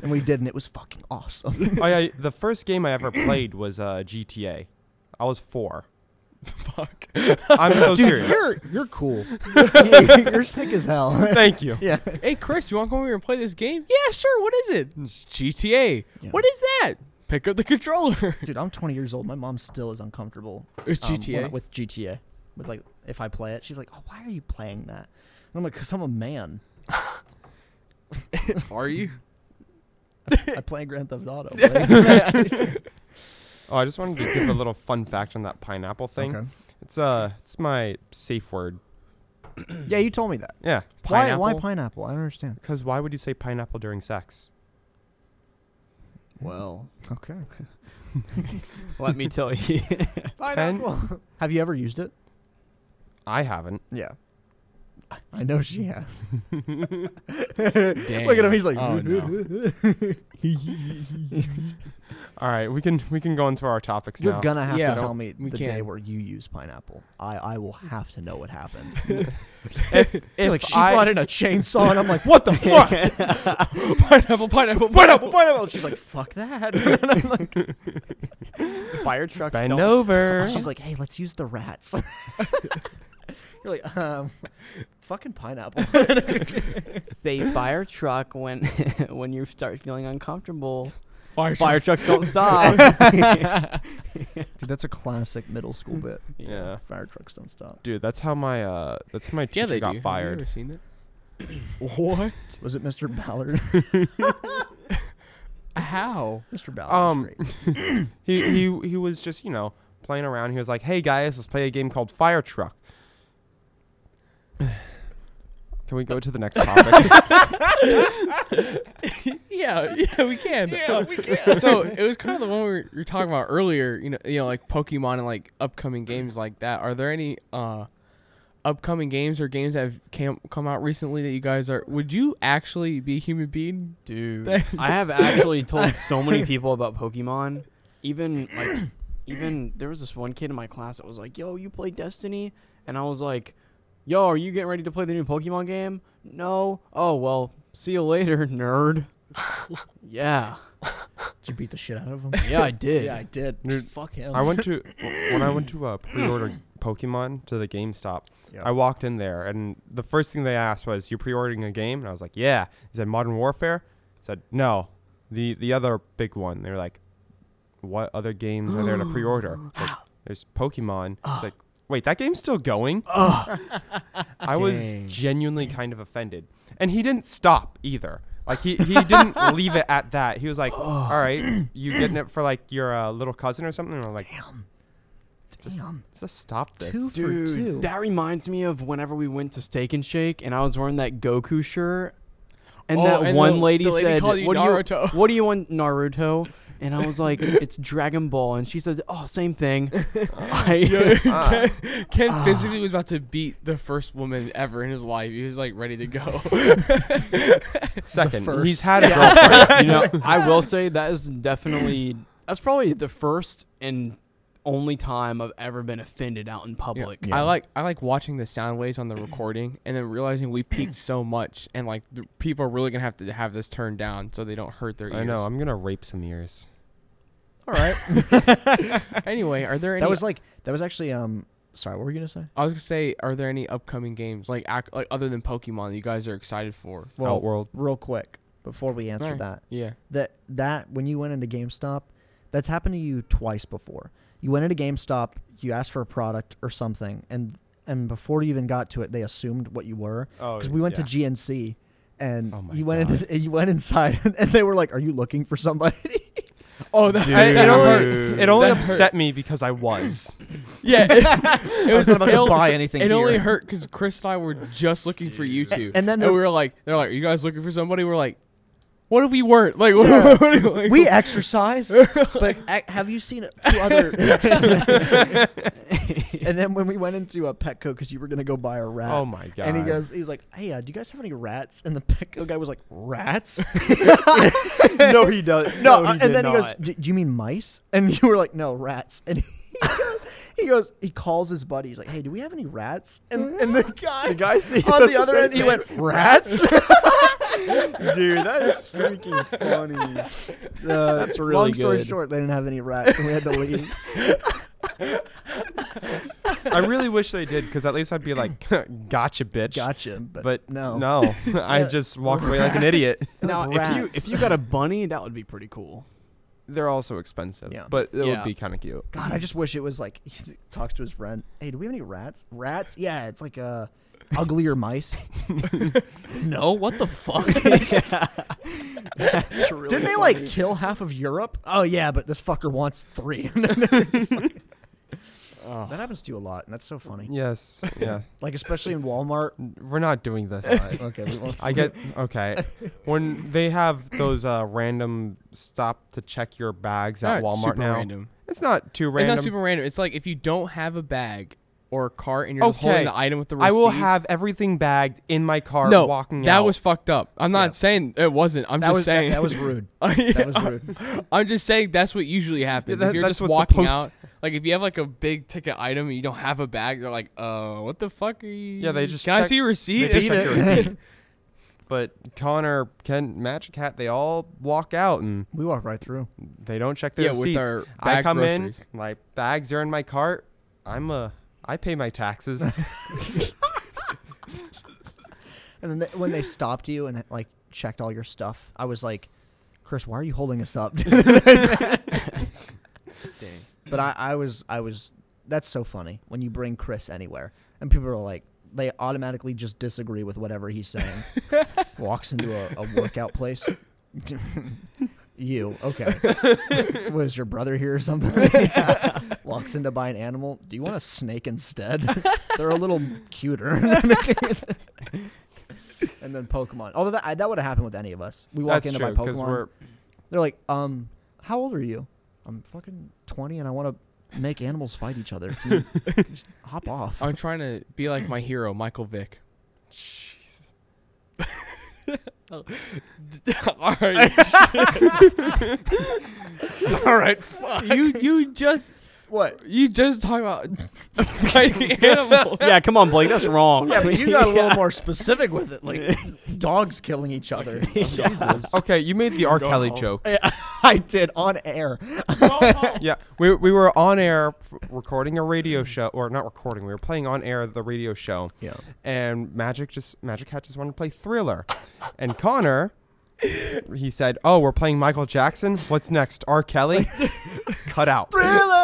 B: and we did, and it was fucking awesome.
C: oh yeah, the first game I ever played was uh, GTA. I was four.
D: Fuck.
C: I'm so
B: Dude,
C: serious.
B: you're you're cool. you're sick as hell.
C: Thank you.
B: yeah.
D: Hey Chris, you want to go over here and play this game? Yeah, sure. What is it? GTA.
B: Yeah.
D: What is that? Pick up the controller.
B: Dude, I'm 20 years old. My mom still is uncomfortable
D: With
B: um, when
D: GTA?
B: I- with GTA. With like, if I play it, she's like, "Oh, why are you playing that?" And I'm like, "Cause I'm a man.
D: Are you?
B: I play Grand Theft Auto." buddy."
C: Oh, I just wanted to give a little fun fact on that pineapple thing.
B: Okay.
C: It's uh, it's my safe word.
B: Yeah, you told me that.
C: Yeah,
B: Why, why
D: Pineapple?
B: pineapple? I don't understand.
C: because why would you say pineapple during sex?
A: Well,
B: Okay.
A: let me tell you.
C: Pineapple.
B: Have you ever used it?
C: I haven't.
B: Yeah. I know she has.
D: Damn.
B: Look at him. He's like,
D: oh, no.
C: All right, we can we can go into our topics
B: You're
C: now.
B: gonna have
D: Yeah.
B: to tell me
D: We
B: the day
D: can't.
B: where you use pineapple. I, I will have to know what happened.
C: If
B: like she
C: I-
B: brought in a chainsaw, and I'm like, what the fuck?
D: pineapple, pineapple,
B: pineapple,
D: pineapple.
B: pineapple. She's like, fuck that. And I'm like,
A: Fire trucks.
C: Bend
A: don't
C: over.
B: she's like, hey, let's use the rats. You're like, um, fucking pineapple.
A: Say fire truck when when you start feeling uncomfortable.
D: Fire,
A: Fire trucks don't stop.
B: Dude, that's a classic middle school bit.
C: yeah,
B: Fire trucks don't stop.
C: dude, that's how my uh, that's how my teacher
D: Yeah, they
C: got
D: do. Have you
C: fired.
D: ever seen it? what?
B: Was it Mr. Ballard?
D: How?
B: Mr. Ballard. was
C: Um,
B: great.
C: he he he was just you know playing around. He was like, "Hey guys, let's play a game called Fire Truck." Can we go to the next topic?
D: Yeah, yeah, we can. Yeah, we can. so it was kind of the one we were, we were talking about earlier. You know, you know, like Pokemon and like upcoming games like that. Are there any uh upcoming games or games that have cam- come out recently that you guys are? Would you actually be a human being?
A: Dude, I have actually told so many people about Pokemon. Even like, even there was this one kid in my class that was like, "Yo, you play Destiny?" And I was like, "Yo, are you getting ready to play the new Pokemon game?" No. Oh well, see you later, nerd. yeah,
B: Did you beat the shit out of him?
A: yeah, I did.
B: yeah, I did.
C: Dude,
B: Fuck him.
C: I went to when I went to uh, pre-order Pokemon to the GameStop.
B: Yeah.
C: I walked in there, and the first thing they asked was, "You pre-ordering a game?" And I was like, "Yeah." He said, "Modern Warfare?" I said, "No, the the other big one." They were like, "What other games are there to pre-order?" It's like, "There's Pokemon." It's like, "Wait, that game's still going?" I was
D: Dang.
C: genuinely kind of offended, and he didn't stop either. Like he, he didn't leave it at that. He was like, "All right, you getting it for like your uh, little cousin or something?" And I'm like,
B: Damn.
C: just,
B: Damn.
C: just stop this.
B: Two- for
A: Dude,
B: two.
A: that reminds me of whenever we went to Steak and Shake, and I was wearing that Goku shirt, and
D: Oh,
A: that
D: and
A: one
D: the-
A: lady,
D: the lady
A: said,
D: called you
A: "What do
D: Naruto."
A: you? What do you want, Naruto?" And I was like, "It's Dragon Ball," and she said, "Oh, same thing." I,
C: Ah.
D: Ken physically was about to beat the first woman ever in his life. He was like ready to go.
C: Second,
B: first.
C: he's had a girlfriend.
A: you know, I will say that is definitely that's probably the first and only time I've ever been offended out in
D: You know,
A: public.
D: I like I like watching the sound waves on the recording and then realizing we peaked so much and like the people are really gonna have to have this turned down so they don't hurt their ears.
C: I know. I'm gonna rape some ears.
B: All right.
D: Anyway, are there any?
B: That was like that was actually um. Sorry, what were you gonna say?
D: I was gonna say, are there any upcoming games like ac- like other than Pokemon that you guys are excited for?
B: Well,
C: Outworld.
B: real quick before we answer
D: Alright.
B: that,
D: Yeah.
B: that that when you went into GameStop, that's happened to you twice before. You went into GameStop, you asked for a product or something, and and before you even got to it, they assumed what you were.
C: Oh,
B: Because we went
C: yeah.
B: to GNC, and
C: Oh my
B: you went into you went inside, and they were like, "Are you looking for somebody?"
D: Oh, that
C: I- it only,
A: Dude.
C: it only
D: That hurt.
C: upset me because I was.
D: yeah. It, it was
B: not about to
D: it only-
B: buy anything
D: It only
B: here.
D: hurt because Chris and I were just looking for you two,
B: And then
D: we
B: the-
D: were like, they're like, "Are you guys looking for somebody?" We're like, What if we weren't? Like, what-
B: Yeah.
D: what if, like-
B: we exercise, but ac- have you seen two other? and then when we went into a Petco because you were gonna go buy a rat.
C: Oh my god.
B: And he goes, he's like, "Hey, uh, do you guys have any rats?" And the Petco guy was like, "Rats?
A: no, he does.
B: no!"
A: he
B: uh,
A: did
B: and then he goes,
A: not.
B: "D- "Do you mean mice?" And you were like, "No, rats." And he goes, he goes, he calls his buddy. He's like, "Hey, do we have any rats?" And, and the guy,
A: The guy sees
B: on
A: us
B: the other
A: same
B: end, he
A: thing.
B: went, "Rats."
A: Dude, that is freaking funny. That's really
B: Long story
A: good.
B: short, they didn't have any rats, and we had to leave.
C: I really wish they did because at least I'd be like, gotcha, bitch.
B: Gotcha, but,
C: But
B: no,
C: no, I just walked away like an idiot.
A: Now, if you
B: Rats.
A: if you got a bunny, that would be pretty cool.
C: They're also expensive,
B: Yeah.
C: but it
A: Yeah.
C: would be kind of cute.
B: God, I just wish it was like he talks to his friend. Hey, do we have any rats? Rats? Yeah, it's like uh, uglier mice. no, what the fuck?
A: That's really
B: Didn't they like kill half of Europe? Oh yeah, but this fucker wants three.
D: Oh.
B: That happens to you a lot, and that's so funny.
C: Yes. Yeah.
B: Like especially in Walmart.
C: We're not doing this.
B: okay, we won't
C: I get okay. When they have those uh, random stop to check your bags at
D: Not
C: Walmart
D: super
C: now,
D: Random.
C: it's not too
D: It's
C: random.
D: not super random. It's like if you don't have a bag or a cart and you're just holding
C: Okay.
D: the item with the receipt.
C: I will have everything bagged in my car
D: no,
C: walking
D: that
C: out.
D: was fucked up. I'm not
B: Yeah.
D: saying it wasn't. I'm
B: that
D: just
B: was that-
D: saying.
B: that was rude. That was rude.
D: I'm just saying that's what usually happens.
C: that-
D: if you're
C: that's
D: just
C: what's
D: walking
C: supposed
D: out, like if you have like a big ticket item and you don't have a bag, they're like, "Uh, what the fuck are you?"
C: Yeah, they just
D: can I
C: check-
D: see your
C: They
D: receipt?
C: just check your receipt. But Connor, Ken, Magic Hat, they all walk out and
B: We walked right through.
C: they don't check their
D: yeah,
C: receipts.
D: with our
C: I
D: bag
C: come
D: groceries.
C: in, my bags are in my cart. I'm a, I pay my taxes.
B: And then they, when they stopped you and like checked all your stuff, I was like, Chris, why are you holding us up? But I, I was I was that's so funny when you bring Chris anywhere and people are like they automatically just disagree with whatever he's saying. Walks into a, a workout place. you okay? Was your brother here or something? Walks in to buy an animal. Do you want a snake instead? They're a little cuter. and then Pokemon. Although that I- that would have happened with any of us. We walk
C: That's
B: in to
C: true
B: buy Pokemon.
C: we're
B: They're like, um, how old are you? I'm fucking 20 and I want to make animals fight each other. Can you just hop off.
D: I'm trying to be like my hero, Michael Vick. All right,
B: All right, fuck.
D: you you just
B: What?
D: you just talk about fighting animals.
A: Yeah, come on, Blake. That's wrong.
B: Yeah, but you got a little more specific with it, like dogs killing each other. Jesus.
C: okay. You made the R.
D: Go
C: Kelly
D: home.
C: joke.
B: I did on air.
C: Yeah, we, we were on air f- recording a radio show, or not recording. We were playing on air the radio show.
B: Yeah.
C: And Magic just Magic Hat just wanted to play Thriller, and Connor, he said, "Oh, we're playing Michael Jackson. What's next? R. Kelly? Cut out."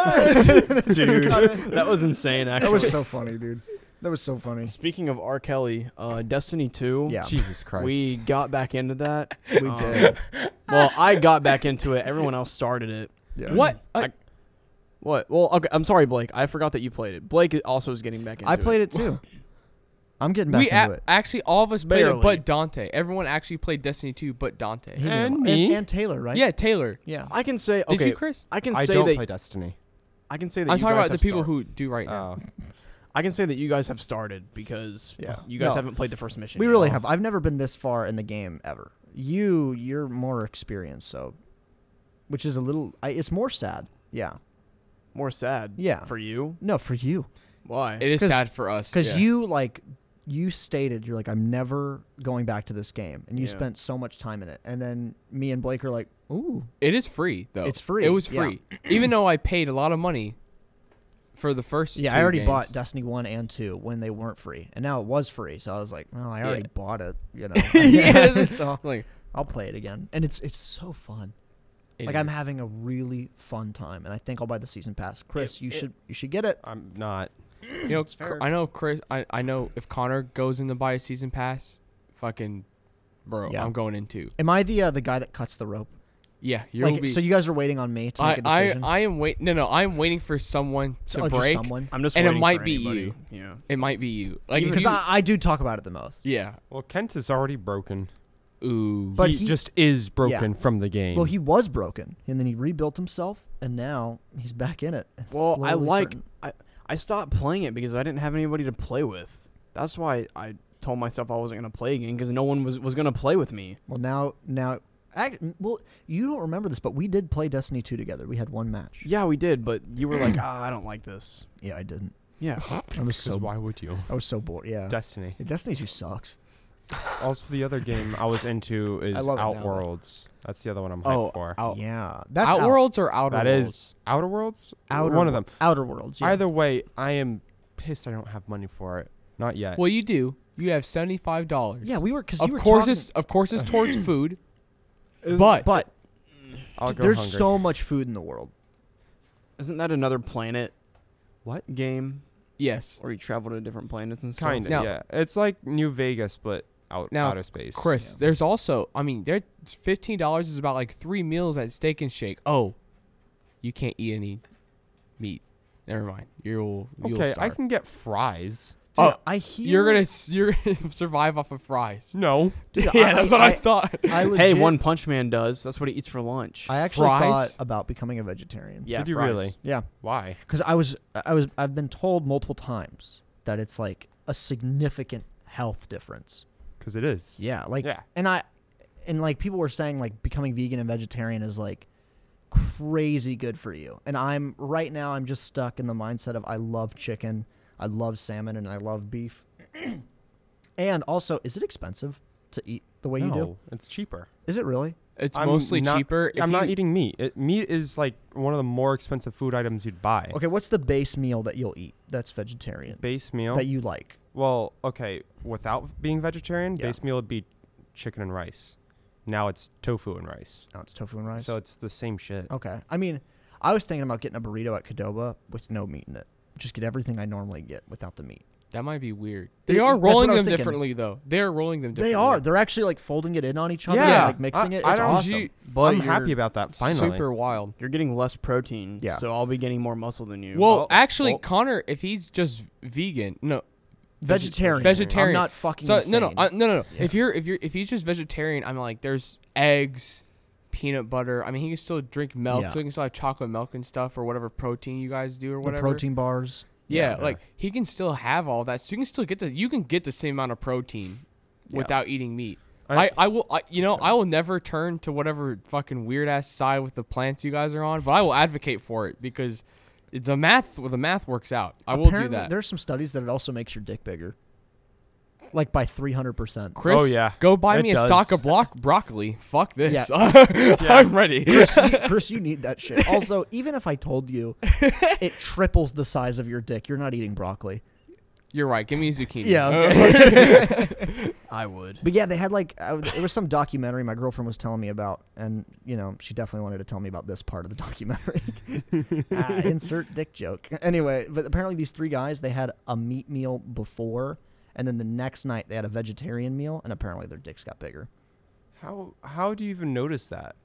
A: dude. that was insane. Actually,
B: That was so funny, dude. That was so funny.
A: Speaking of R. Kelly, uh, Destiny 2.
B: Yeah.
C: Jesus Christ.
A: We got back into that.
B: We
A: Um,
B: did.
A: Well, I got back into it. Everyone else started it.
B: Yeah.
D: What? Uh,
A: I- What? Well, okay. I'm sorry, Blake. I forgot that you played it. Blake also is getting back into
B: I played it too. I'm getting back
D: we
B: into
D: a-
B: it.
D: actually all of us played
A: Barely.
D: it, but Dante. Everyone actually played Destiny 2, but Dante.
B: He knew.
C: And me.
B: and Taylor, right?
D: Yeah, Taylor.
B: yeah.
A: I can say. Okay.
D: Did you, Chris?
A: I can
C: I
A: say
C: don't
A: that.
C: play Destiny.
A: I can say that.
D: I'm
A: you
D: talking
A: guys
D: about the
A: have
D: people
A: start-
D: who do right now.
C: Oh,
A: I can say that you guys have started because
B: Yeah.
A: you guys
B: No.
A: haven't played the first mission.
B: We
A: yet.
B: really have. I've never been this far in the game ever. You, you're more experienced, so, which is a little. I, it's more sad. Yeah.
A: More sad.
B: Yeah.
A: For you.
B: No, for you,
A: Why?
D: It is
B: Uh, 'Cause-
D: sad for us.
B: because
D: yeah.
B: you like, you stated you're like I'm never going back to this game, and you
A: Yeah.
B: spent so much time in it, and then me and Blake are like, ooh,
D: It is free though.
B: It's free,
D: It was
B: yeah.
D: free, even though I paid a lot of money for the first.
B: yeah,
D: two
B: I already
D: games.
B: bought Destiny one and two when they weren't free, and now it was free, so I was like, well, I already
D: Yeah.
B: bought it, you know.
D: yeah, it's- like
B: I'll play it again, and it's it's so fun.
D: it
B: like I'm
D: is.
B: having a really fun time, and I think I'll buy the season pass. Chris, you should you should get it.
C: I'm not.
D: You know, Cr-
B: fair.
D: I know Chris. I, I know if Connor goes in to buy a season pass, fucking, bro,
B: Yeah.
D: I'm going in too.
B: Am I the uh, the guy that cuts the rope?
D: Yeah, you'll
B: Like,
D: be.
B: so you guys are waiting on me to
D: I,
B: make a
D: I
B: decision.
D: I am wait. No, no, I'm waiting for someone to
B: Oh, just
D: break.
B: someone.
A: I'm just.
D: And it
A: waiting
D: might
A: for
D: be
A: anybody.
D: you.
A: Yeah.
D: It might be you. Like if
B: Because
D: you-
B: I, I do talk about it the most.
D: yeah,
C: Well, Kent is already broken.
D: Ooh.
B: But
C: he,
B: he-
C: just is broken from the game.
B: Well, he was broken, and then he rebuilt himself, and now he's back in it. It's
A: Well, I
B: slowly
A: like
B: starting-
A: I, I stopped playing it because I didn't have anybody to play with. That's why I told myself I wasn't gonna play again because no one was was gonna play with me.
B: Well, now, now, act, well, you don't remember this, but we did play Destiny two together. We had one match.
A: Yeah, we did, but you were like, ah, I don't like this.
B: Yeah, I didn't.
A: Yeah,
B: I was
C: 'Cause
B: so
C: why would you?
B: I was so bored. Yeah,
C: It's Destiny.
B: Destiny two sucks.
C: Also, the other game I was into is
B: I love it now, though.
C: Outworlds. That's the other one I'm hyped
D: oh,
C: for.
D: out,
B: Yeah, that's out-
D: Outworlds or Outer
C: That
D: Worlds?
C: is Outer Worlds.
B: Outer
C: one of
B: Wor-
C: them.
B: Outer Worlds. Yeah.
C: Either way, I am pissed. I don't have money for it. Not yet.
D: Well, you do. You have seventy five dollars.
B: Yeah, we were because
D: of
B: you were
D: course
B: talking-
D: it's of course it's towards food, but
B: but
C: I'll go
B: there's
C: hungry.
B: so much food in the world.
A: isn't that another planet? What game?
D: yes,
A: Where you travel to different planets and stuff.
C: kind of.
D: Now-
C: yeah, it's like New Vegas, but out
D: Now,
C: outer space.
D: Chris.
B: Yeah.
D: There's also I mean there fifteen dollars is about like three meals at Steak and Shake. Oh, you can't eat any meat. Never mind. You'll you'll
C: Okay, I
D: starve.
C: can get fries.
B: Dude,
D: Oh,
B: I hear
D: You're gonna s- you're gonna survive off of fries.
C: No.
B: Dude,
D: yeah, that's what I, thought.
B: I
A: Hey,
B: legit-
A: One Punch Man does. That's what he eats for lunch.
B: I actually
D: Fries?
B: thought about becoming a vegetarian.
A: yeah,
C: Did you
A: fries.
C: really?
B: Yeah,
C: Why?
B: because I was, I was, I've been told multiple times that it's like a significant health difference.
C: Because it is.
B: Yeah, like,
C: Yeah.
B: and I, and like people were saying like becoming vegan and vegetarian is like crazy good for you. And I'm right now I'm just stuck in the mindset of I love chicken, I love salmon, and I love beef. and also, is it expensive to eat the way you do?
C: No, it's cheaper.
B: Is it really?
D: it's
C: I'm
D: mostly
C: not-
D: cheaper. if
C: I'm not
D: you-
C: eating meat. It, meat is like one of the more expensive food items you'd buy.
B: Okay, what's the base meal that you'll eat that's vegetarian
C: Base meal.
B: that you like?
C: well, okay, without being vegetarian,
B: Yeah.
C: base meal would be chicken and rice. Now it's tofu and rice.
B: No, Oh, it's tofu and rice.
C: So it's the same shit.
B: okay, I mean, I was thinking about getting a burrito at Cadoba with no meat in it. Just get everything I normally get without the meat.
D: That might be weird.
B: They-
D: They are
B: that's what I
D: rolling
B: was
D: them
B: thinking.
D: differently though. They're rolling them
B: They
D: differently.
B: are. They're actually like folding it in on each other, and,
C: Yeah.
B: like mixing
C: I-
B: it.
C: I
B: It's
C: don't-
B: awesome.
D: You-
A: But
C: I'm
A: you're,
C: happy about that. Finally.
D: Super wild.
A: You're getting less protein.
B: Yeah.
A: So I'll be getting more muscle than you.
D: Well,
C: Well,
D: actually,
C: well-
D: Connor, if he's just vegan, no,
B: vegetarian.
D: vegetarian.
B: I'm not fucking.
D: so no,
B: insane.
D: no, I, no, no, no. If you're if you're if he's just vegetarian, I'm like, there's eggs, peanut butter. I mean, he can still drink milk.
B: Yeah.
D: So he can still have chocolate milk and stuff or whatever protein you guys do
B: the
D: or whatever.
B: protein bars.
D: Yeah,
C: Yeah.
D: like he can still have all that. So you can still get the you can get the same amount of protein
B: Yeah.
D: without eating meat.
C: I-
D: I, I, will I, you know I will never turn to whatever fucking weird ass side with the plants you guys are on, but I will advocate for it because it's a math the math works out. I will do
B: Apparently,
D: that.
B: There's some studies that it also makes your dick bigger, like by three hundred percent.
D: Chris,
C: Oh, yeah.
D: go buy
C: It
D: me a stock
C: does.
D: of block broccoli. Fuck this. I'm ready.
B: Chris, you need that shit. Also, even if I told you, it triples the size of your dick. You're not eating broccoli.
D: You're right. Give me a zucchini.
B: Yeah,
A: I would.
B: But yeah, they had like uh, it was some documentary my girlfriend was telling me about, and you know she definitely wanted to tell me about this part of the documentary. Ah, insert dick joke. Anyway, but apparently these three guys they had a meat meal before, and then the next night they had a vegetarian meal, and apparently their dicks got bigger.
C: How how do you even notice that?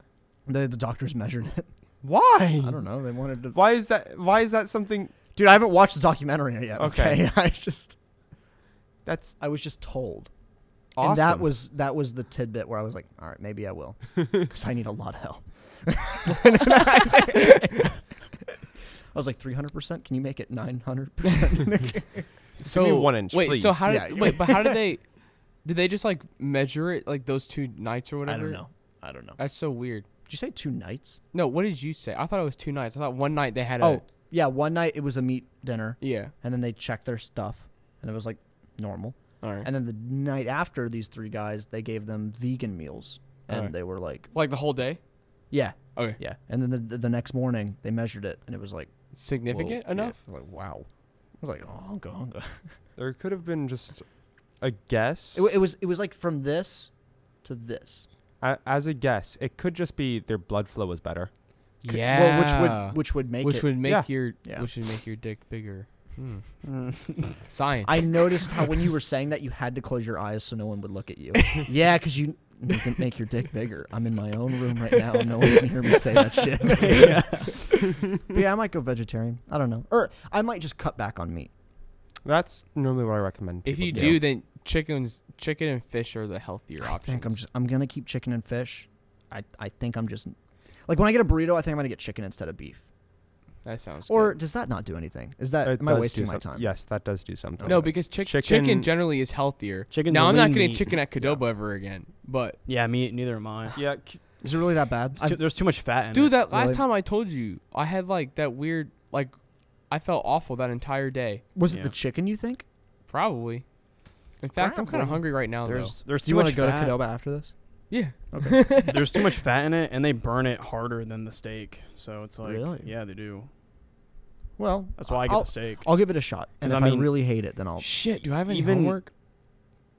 B: The the doctors measured it.
C: Why?
B: I don't know. They wanted to.
C: Why is that why is that something
B: Dude, I haven't watched the documentary yet. Okay,
C: Okay.
B: I just
C: that's
B: I was just told.
C: awesome?
B: And that was that was the tidbit where I was like, all right, maybe I will, because I need a lot of help. I was like, three hundred percent. Can you make it nine hundred percent?
D: So
C: me one inch,
D: Wait, so
C: please.
D: how did
B: Yeah.
D: wait? But how did they? Did they just like measure it like those two nights or whatever?
B: I don't know. I don't know. Did
D: That's so weird.
B: you say two nights?
D: No, what did you say? I thought it was two nights. I thought one night they had a
B: Oh, yeah. One night it was a meat dinner,
D: yeah.
B: and then they checked their stuff, and it was like normal.
D: All right.
B: And then the night after, these three guys they gave them vegan meals, and
D: Alright.
B: they were like,
D: like the whole day.
B: yeah,
D: Okay.
B: yeah. And then the, the, the next morning they measured it, and it was like whoa,
D: Significant
B: yeah.
D: enough.
B: I was Like wow. I was like, oh, hunka hunka.
C: there could have been just a guess.
B: It, wa- it was it was like from this to this.
C: A- as a guess, it could just be their blood flow was better.
D: Yeah.
B: Well, which would which would make
D: which
B: it.
D: would make
C: Yeah.
D: your
B: Yeah.
D: which would make your dick bigger. Hmm.
A: Mm.
D: Science.
B: I noticed how when you were saying that you had to close your eyes so no one would look at you. yeah, because you make, it- make your dick bigger. I'm in my own room right now. No one can hear me say that shit. yeah. But yeah, I might go vegetarian. I don't know, or I might just cut back on meat.
C: That's normally what I recommend.
D: if
C: people
D: you
C: do,
D: do, then chickens, chicken and fish are the healthier
B: I
D: options.
B: think I'm just I'm gonna keep chicken and fish. I I think I'm just like when I get a burrito, I think I'm gonna get chicken instead of beef.
D: that sounds
B: Or
D: good.
B: does that not do anything? Is that
C: It
B: am I
C: does do
B: wasting my
C: some-
B: time?
C: Yes, that does do something.
D: no because chick- chicken,
C: Chicken-
D: generally is healthier.
A: Chicken's
D: now
A: a
D: I'm not
A: lean
D: getting
A: meat.
D: chicken at Cadoba ever again. But
A: Yeah, me neither am I.
C: Yeah. c-
B: Is it really that bad?
A: It's too- there's too much fat in
D: dude,
A: it.
D: that last
B: Really?
D: time I told you, I had like that weird like, I felt awful that entire day.
B: was it
A: yeah.
B: the chicken? You think?
D: Probably. In fact, I'm kind of
A: Probably.
D: hungry right now.
A: There's there's
B: Do you
A: too
B: want
A: much
B: to go
A: fat.
B: to Cadoba after this?
D: though. yeah.
A: there's too much fat in it, and they burn it harder than the steak. So it's like,
B: Really?
A: yeah, they do.
B: Well,
A: That's why I get
B: I'll,
A: the steak.
B: I'll give it a shot, and
A: 'Cause
B: if
A: I
B: I,
A: mean-
B: really hate it, then I'll.
D: Shit, do I have any
A: Even-
D: homework?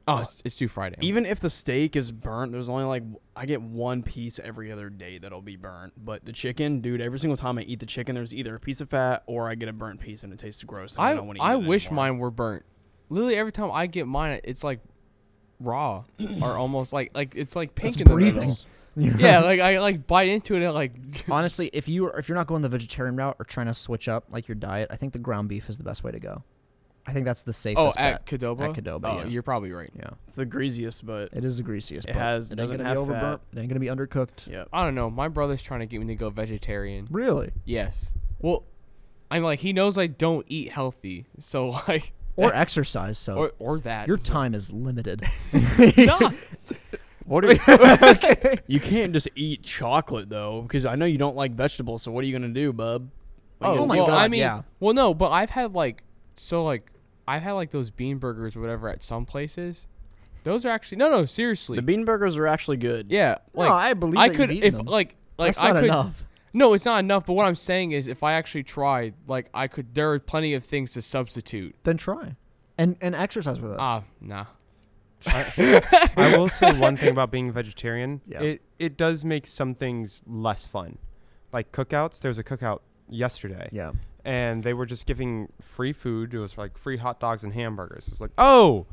D: Oh, it's, it's due Friday.
A: Even if the steak is burnt, there's only like I get one piece every other day that'll be burnt. But the chicken, dude, every single time I eat the chicken, there's either a piece of fat or I get a burnt piece and it tastes gross. And I,
D: I
A: don't want to.
D: I wish mine were burnt. Literally every time I get mine, it's like raw or almost like like it's like pink
B: That's
D: in the
B: breathing.
D: middle. yeah, like I like bite into it and like
B: Honestly, if you if you're not going the vegetarian route or trying to switch up like your diet, I think the ground beef is the best way to go. I think that's the safest.
D: oh
B: bet.
D: at Cadoba.
B: At Qdoba,
D: oh,
B: yeah.
D: you're probably right.
B: yeah,
A: It's the greasiest, but
B: it is the greasiest.
A: It
B: but
A: has-
B: It ain't
A: doesn't
B: gonna
A: have
B: be overburnt.
A: fat.
B: It ain't gonna be undercooked.
A: yeah, Eh.
D: I don't know. My brother's trying to get me to go vegetarian.
B: Really?
D: Yes. Well, I'm like he knows I don't eat healthy, so like
B: Or exercise? So
D: or or that.
B: your time is limited.
D: Nah.
A: What are you can't just eat chocolate though, because I know you don't like vegegetables. So what are you gonna do, bub? What are you
B: Oh
A: gonna
B: my
A: do?
D: well, I
B: God,
D: mean,
B: yeah.
D: well, no, but I've had like so like I've had like those bean burgers or whatever at some places. Those are actually no, no, seriously.
A: The bean burgers are actually good.
D: yeah, like
B: no, I believe
D: I
B: that
D: could
B: you've eaten
D: if
B: them.
D: like like
B: that's
D: I
B: not
D: could.
B: enough.
D: No, it's not enough. But what I'm saying is, if I actually tried, like I could, there are plenty of things to substitute.
B: Then try, and and exercise with us.
D: Ah, nah.
C: I will say one thing about being vegetarian.
B: Yeah.
C: It it does make some things less fun, like cookouts. There was a cookout yesterday,
B: yeah.
C: and they were just giving free food. It was like free hot dogs and hamburgers. It's like, oh,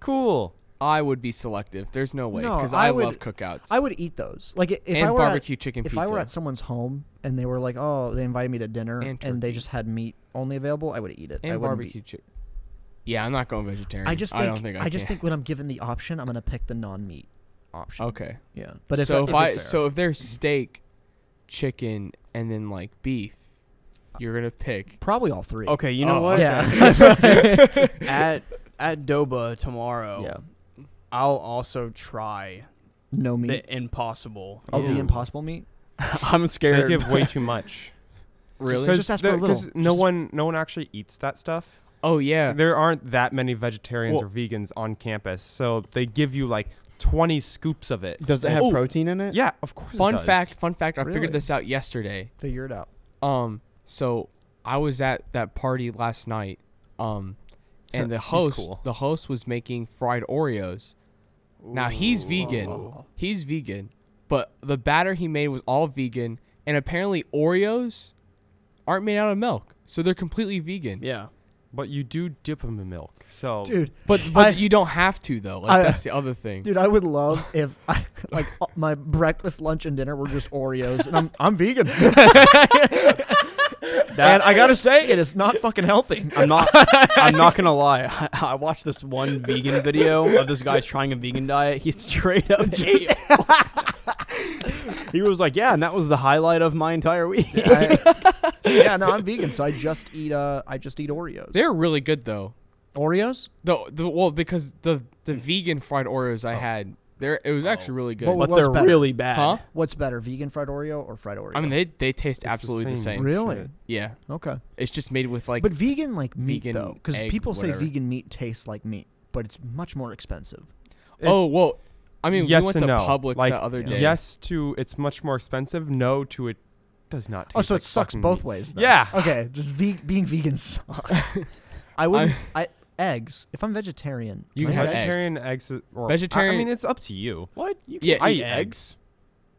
C: cool.
D: I would be selective. There's no way
B: No,
D: because
B: I
D: I,
B: would-
D: love cookouts.
B: I would eat those. Like i- if
D: and
B: I were
D: barbecue chicken
B: at, if
D: pizza.
B: I were at someone's home and they were like, "Oh, they invited me to dinner,"
D: And
B: and, they
D: turkey.
B: just had meat only available, I would eat it. I
D: and
B: wouldn't be-
D: barbecue chicken. Yeah, I'm not going vegetarian.
B: I just think,
D: I don't think I,
B: just
D: can.
B: think when I'm given the option, I'm gonna pick the non-meat option.
D: Okay.
B: Yeah, but if
D: so if,
B: if
D: I
B: it's-
D: so if there's steak, chicken, and then like beef, you're gonna pick.
B: probably all three.
A: Okay, you know
D: Oh,
A: what?
B: Yeah.
A: at at Doba tomorrow,
B: yeah.
A: I'll also try
B: No meat.
A: the impossible.
B: Oh, the
C: Ew.
B: impossible meat.
A: I'm
C: They
A: scared.
C: give way too much.
D: Really?
B: Just-
C: 'Cause
B: ask for a
C: the-
B: little.
C: 'cause No one, no one actually eats that stuff.
D: oh yeah.
C: There aren't that many vegetarians
A: Well-
C: or vegans on campus, so they give you like 20 scoops of it.
A: Does it have protein in it?
C: Yeah, of course. it
D: Fun
C: does.
D: fact. Fun fact. I
B: Really?
D: figured this out yesterday.
B: Figure it out.
D: Um. So I was at that party last night. Um, and the
C: He's
D: host,
C: cool.
D: the host was making fried Oreos. Now he's vegan. He's vegan, but the batter he made was all vegan, and apparently Oreos aren't made out of milk, so they're completely vegan.
A: Yeah.
C: But you do dip them in milk, so
B: Dude,
D: But but
B: I-
D: you don't have to though. Like
B: I-
D: that's the other thing.
B: Dude, I would love if I, like uh, my breakfast, lunch, and dinner were just Oreos, and I'm I'm vegan. and I gotta say, it is not fucking healthy.
A: I'm not. I'm not gonna lie. I, I watched this one vegan video of this guy trying a vegan diet. He straight up ate. he was like, "Yeah," and that was the highlight of my entire week.
B: I- yeah, no, I'm vegan, so I just eat uh, I just eat Oreos.
D: They're really good though.
B: Oreos?
D: The, the well because the the vegan fried Oreos I had there it was actually really good.
B: Well,
A: but
B: what's
A: they're
B: better?
A: really bad.
D: huh?
B: What's better, vegan fried Oreo or fried Oreo?
D: I mean they they taste
C: the
D: absolutely the
C: same.
D: same.
B: really?
C: shit.
D: Yeah,
B: Okay,
D: it's just made with like
B: but vegan like meat
D: Vegan
B: though, because
D: egg,
B: people say
D: whatever.
B: vegan meat tastes like meat, but it's much more expensive.
D: oh well, I mean
C: yes
D: we went
C: and
D: to
C: no.
D: Publix
C: like,
D: the other day.
C: Yes to it's much more expensive. No to it does not. Taste
B: Oh, so
C: like
B: it sucks
C: fucking
B: both
C: meat.
B: ways. Then.
C: Yeah.
B: Okay, just ve- being vegan sucks. I would. I eggs. If I'm vegetarian,
D: You
B: can
D: can
B: I
D: have
B: have eggs?
C: vegetarian eggs. or, I- I,
D: Vegetarian-
C: mean, it's up to you.
A: What? You
D: Yeah,
A: can
C: I
A: eat
C: eat
A: eggs.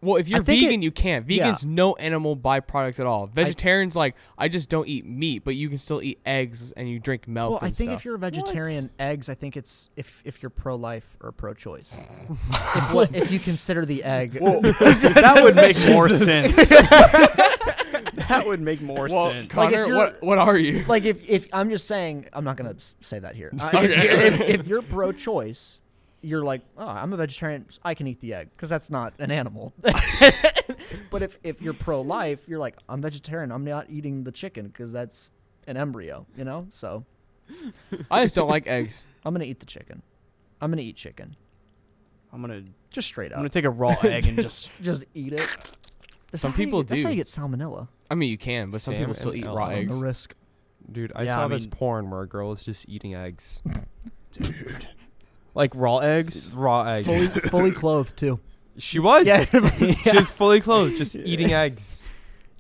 D: Well, if you're
B: think it-
D: vegan, you can't.
B: yeah.
D: Vegans no animal byproducts at all. Vegetarians like I just don't eat meat, but you can still eat eggs and you drink milk.
B: Well, I
D: and
B: think
D: stuff.
B: if you're a vegetarian, eggs. I think it's if if you're pro-life or pro-choice. if, what, if you consider the egg,
A: that would make more sense. that would make more
D: Well,
A: sense.
B: Like, if
D: Connor,
B: you're-
D: what what are you?
B: Like if if I'm just saying I'm not gonna s- say that here. Uh,
D: Okay.
B: if, if, if you're pro-choice, you're like, oh, I'm a vegetarian. so I can eat the egg because that's not an animal. but if if you're pro-life, you're like, I'm vegetarian. I'm not eating the chicken because that's an embryo. You know, so
D: I just don't like eggs.
B: I'm gonna eat the chicken. I'm gonna eat chicken.
A: I'm gonna I'm
B: Just straight up.
A: gonna take a raw egg and just
B: just eat it. That's
D: Some
B: how you-
D: people
B: That's how
D: do.
B: you get salmonella.
D: I mean, you can, but some
C: Sam
D: people still
C: and
D: eat
C: Ella.
D: raw
C: On
B: On
D: eggs.
B: the risk.
C: Dude, I
A: Yeah,
C: saw
A: I
C: this
A: mean-
C: porn where a girl is just eating eggs.
A: like raw eggs.
C: Raw eggs.
B: Fully, fully clothed too.
C: she was.
B: Yeah.
C: She was fully clothed, just eating eggs.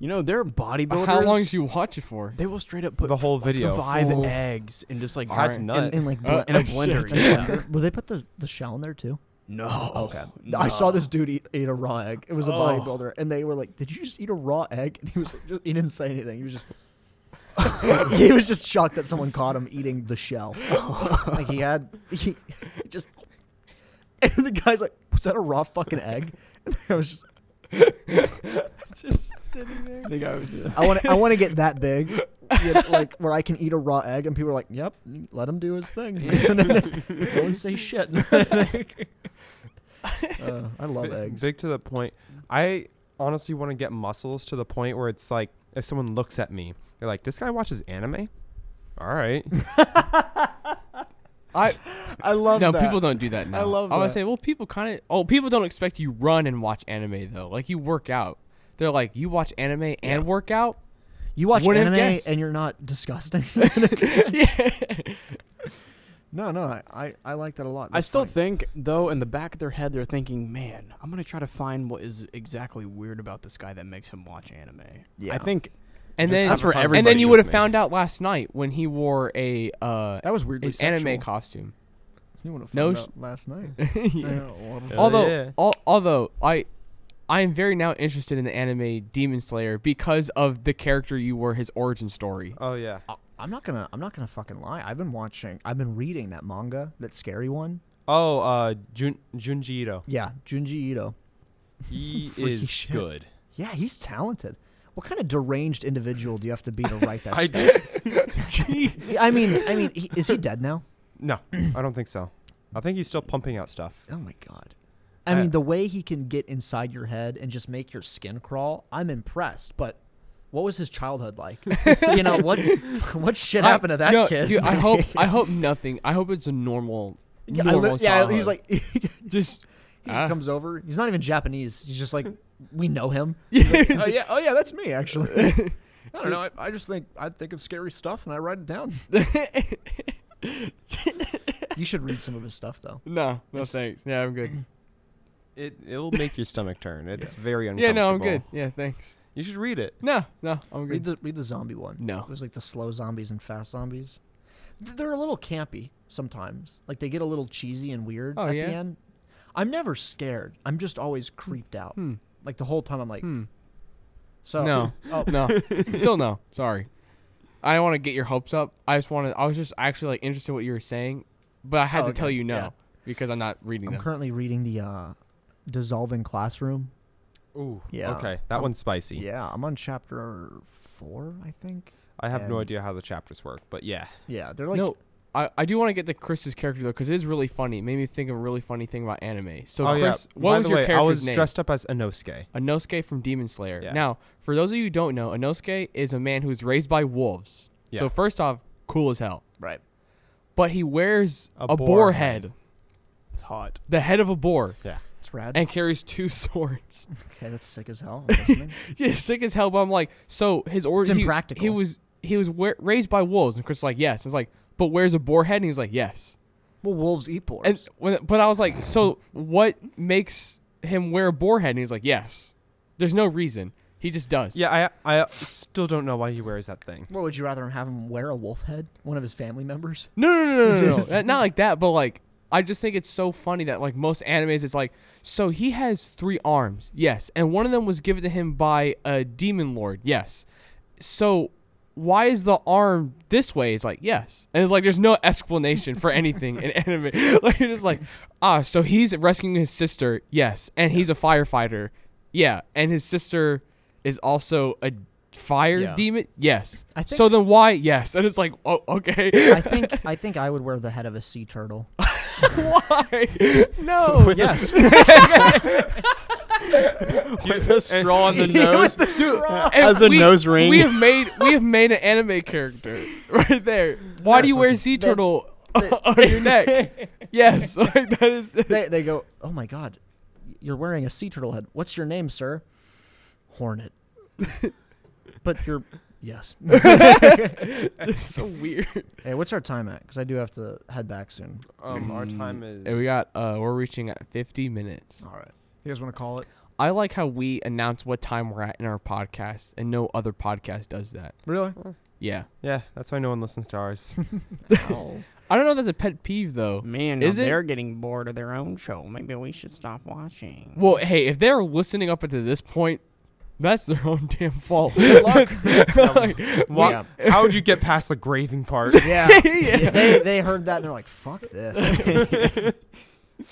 A: You know, they're bodybuilders.
D: How long did you watch it for?
A: They will straight up put
C: The whole video.
A: five
B: Full.
A: eggs and just like
D: All right.
C: That's nut.
B: And like,
D: Uh,
A: in
B: ble-
A: a
D: Oh,
A: blender.
D: shit.
A: Yeah.
B: will they put the, the shell in there too?
A: No.
B: Okay. I saw
A: no.
B: this dude eat, ate a raw egg. It was a
A: Oh.
B: bodybuilder, and they were like, "Did you just eat a raw egg?" And he was just, he didn't say anything. He was just he was just shocked that someone caught him eating the shell. like he had he just and the guy's like, "Was that a raw fucking egg?" And I was just,
D: Just sitting there.
A: I think I would do that.
B: I want I want to get that big, you know, like where I can eat a raw egg, and people are like, "Yep, let him do his thing. Don't say shit." Uh, I love
C: Bi-
B: eggs.
C: Big to the point. I honestly want to get muscles to the point where it's like if someone looks at me, they're like, "This guy watches anime." All right.
D: I
B: I love
D: no,
B: that.
D: people don't do that now.
B: love
D: I would
B: that.
D: say, well, people kind of. Oh, people don't expect you run and watch anime though. Like you work out. They're like, you watch anime and work out.
B: You watch
D: Wouldn't have
B: anime
D: guessed.
B: and you're not disgusting. no, no, I, I, I like that a lot.
A: I
B: That's
A: still
B: funny.
A: think, though, in the back of their head, they're thinking, "Man, I'm gonna try to find what is exactly weird about this guy that makes him watch anime."
B: Yeah.
A: I think
D: And
A: Just
D: then
A: that's for
D: And then
A: everybody.
D: you would have
A: Man.
D: found out last night when he wore a uh
B: that was weirdly
D: his anime
B: sexual.
D: costume.
B: You wouldn't have
D: No
B: found
D: sh-
B: out last night.
C: Hell
D: although,
C: yeah.
D: al- although I, I am very now interested in the anime Demon Slayer because of the character you were, his origin story.
C: Oh yeah.
B: I- Uh, I'm not gonna I'm not gonna fucking lie. I've been watching. I've been reading that manga, that scary one.
C: Oh, uh, Jun Junji Ito.
B: Yeah, Junji Ito.
C: He
B: Freaky
C: is
B: shit.
C: good.
B: Yeah, he's talented. What kind of deranged individual do you have to be to write that?
C: I
B: stuff?
C: d-
B: I mean, I mean, he, is he dead now?
C: no, I don't think so. I think he's still pumping out stuff.
B: Oh my god. I
C: I-
B: mean, the way he can get inside your head and just make your skin crawl, I'm impressed. But what was his childhood like? you know what? What shit
D: I-
B: happened to that
D: no,
B: kid?
D: Dude, I hope I hope nothing. I hope it's a normal.
B: yeah, I
D: normal
B: li- yeah, he's
D: childhood.
B: like, he just
D: just. Ah.
B: comes over. He's not even Japanese. He's just like, we know him.
D: Yeah.
B: oh yeah, oh yeah, that's me actually. I don't know. I, I just think I think of scary stuff and I write it down. you should read some of his stuff though.
D: no, no thanks. Yeah, I'm good.
C: It it'll make your stomach turn. It's very
D: Yeah,
C: uncomfortable.
D: no, I'm good. Yeah, thanks.
C: You should read it.
D: No, no, I'm
B: Read
D: good.
B: the read the zombie one.
D: No.
B: it was like the slow zombies and fast zombies. Th- They're a little campy sometimes. Like they get a little cheesy and weird
D: Oh,
B: at
D: yeah?
B: the end. I'm never scared. I'm just always creeped out.
D: Hmm.
B: Like the whole time, I'm like,
D: Hmm.
B: so
D: No.
B: Oh,
D: No, still no. Sorry. I don't want to get your hopes up. I just wanted. I was just actually like interested in what you were saying, but I had
B: Oh,
D: to
B: okay.
D: tell you no
B: Yeah.
D: because I'm not reading
B: I'm
D: them.
B: currently reading the uh, dissolving classroom.
C: Ooh.
B: Yeah.
C: Okay, that one's spicy.
B: Yeah, I'm on chapter four, I think.
C: I have no
B: And-
C: idea how the chapters work, but yeah.
B: Yeah, they're like
D: no, I, I do want to get to Chris's character though because it is really funny. It made me think of a really funny thing about anime. So
C: oh
D: Chris,
C: yeah.
D: what
C: By
D: was
C: the
D: your
C: way,
D: character's
C: I was
D: name?
C: dressed up as Inosuke.
D: Inosuke from Demon Slayer.
C: Yeah.
D: Now, for those of you who don't know, Inosuke is a man who's raised by wolves.
C: Yeah.
D: So first off, cool as hell.
B: right.
D: But he wears
C: A
D: a, boar,
C: boar
D: head.
A: it's hot.
D: the head of a boar,
C: Yeah.
B: It's rad.
D: and carries two swords.
B: okay, that's sick as hell. I'm listening.
D: yeah, sick as hell. But I'm like, so his origin. he,
B: impractical.
D: He was he was wa- raised by wolves, and Chris is like, yes. It's like, but where's a boar head? And he was like, yes.
B: well, wolves eat boars.
D: And when, but I was like, so what makes him wear a boar head? And he's like, yes. There's no reason. He just does.
C: Yeah, I I still don't know why he wears that thing.
B: what would you rather him have him wear a wolf head? One of his family members?
D: No, no, no, no, no, no. That- Not like that, but like I just think it's so funny that like most animes, it's like so he has three arms, yes, and one of them was given to him by a demon lord, yes. So why is the arm this way? It's like yes, and it's like there's no explanation for anything in anime. Like you're just like ah, so he's rescuing his sister, yes, and he's a firefighter, yeah, and his sister is also a Fire
A: Yeah.
D: Demon? Yes.
B: I think-
D: so then why? Yes. And it's like, oh, okay.
B: I think I think I would wear the head of a sea turtle.
D: why? no.
A: With a
B: Yes.
A: With a straw on the nose.
D: And
A: As a nose ring.
D: We have made we have made an anime character right there. Why do you wear sea turtle on your neck? Yes, like that is.
B: they they go, "Oh my god, you're wearing a sea turtle head. What's your name, sir?" Hornet. but you're yes.
D: It's so weird.
B: hey, what's our time at? Because I do have to head back soon.
C: Um, our time is.
D: And we got uh we're reaching at 50 minutes.
B: All right. You guys want to call it?
D: I like how we announce what time we're at in our podcast and no other podcast does that.
B: Really?
D: Yeah.
C: Yeah, that's why no one listens to ours.
D: I don't know if that's a pet peeve though.
A: Man,
D: Is it-
A: they're getting bored of their own show. Maybe we should stop watching.
D: Well, hey, if they're listening up until this point, that's their own damn fault.
C: Wha- How would you get past the graving part?
B: Yeah.
D: Yeah.
B: They they heard that and they're like, "Fuck this."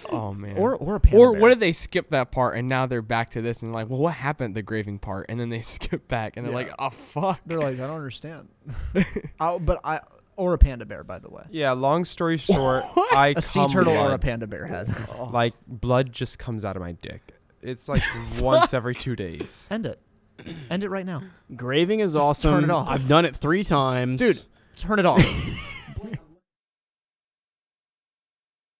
D: oh man.
B: or or a panda
D: or
B: bear.
D: what if they skip that part and now they're back to this and like, well, what happened at the graving part? And then they skip back and they're
B: Yeah.
D: like, oh fuck.
B: They're like, "I don't understand." oh, but I or a panda bear, by the way.
C: yeah. Long story short, I
B: A sea
C: cum
B: turtle or a
C: blood.
B: panda bear head.
C: Like blood just comes out of my dick. It's like once every two days.
B: End it. End it right now.
A: Graving is
B: Just
A: awesome.
B: turn it off.
A: I've done it three times.
B: Dude, turn it off.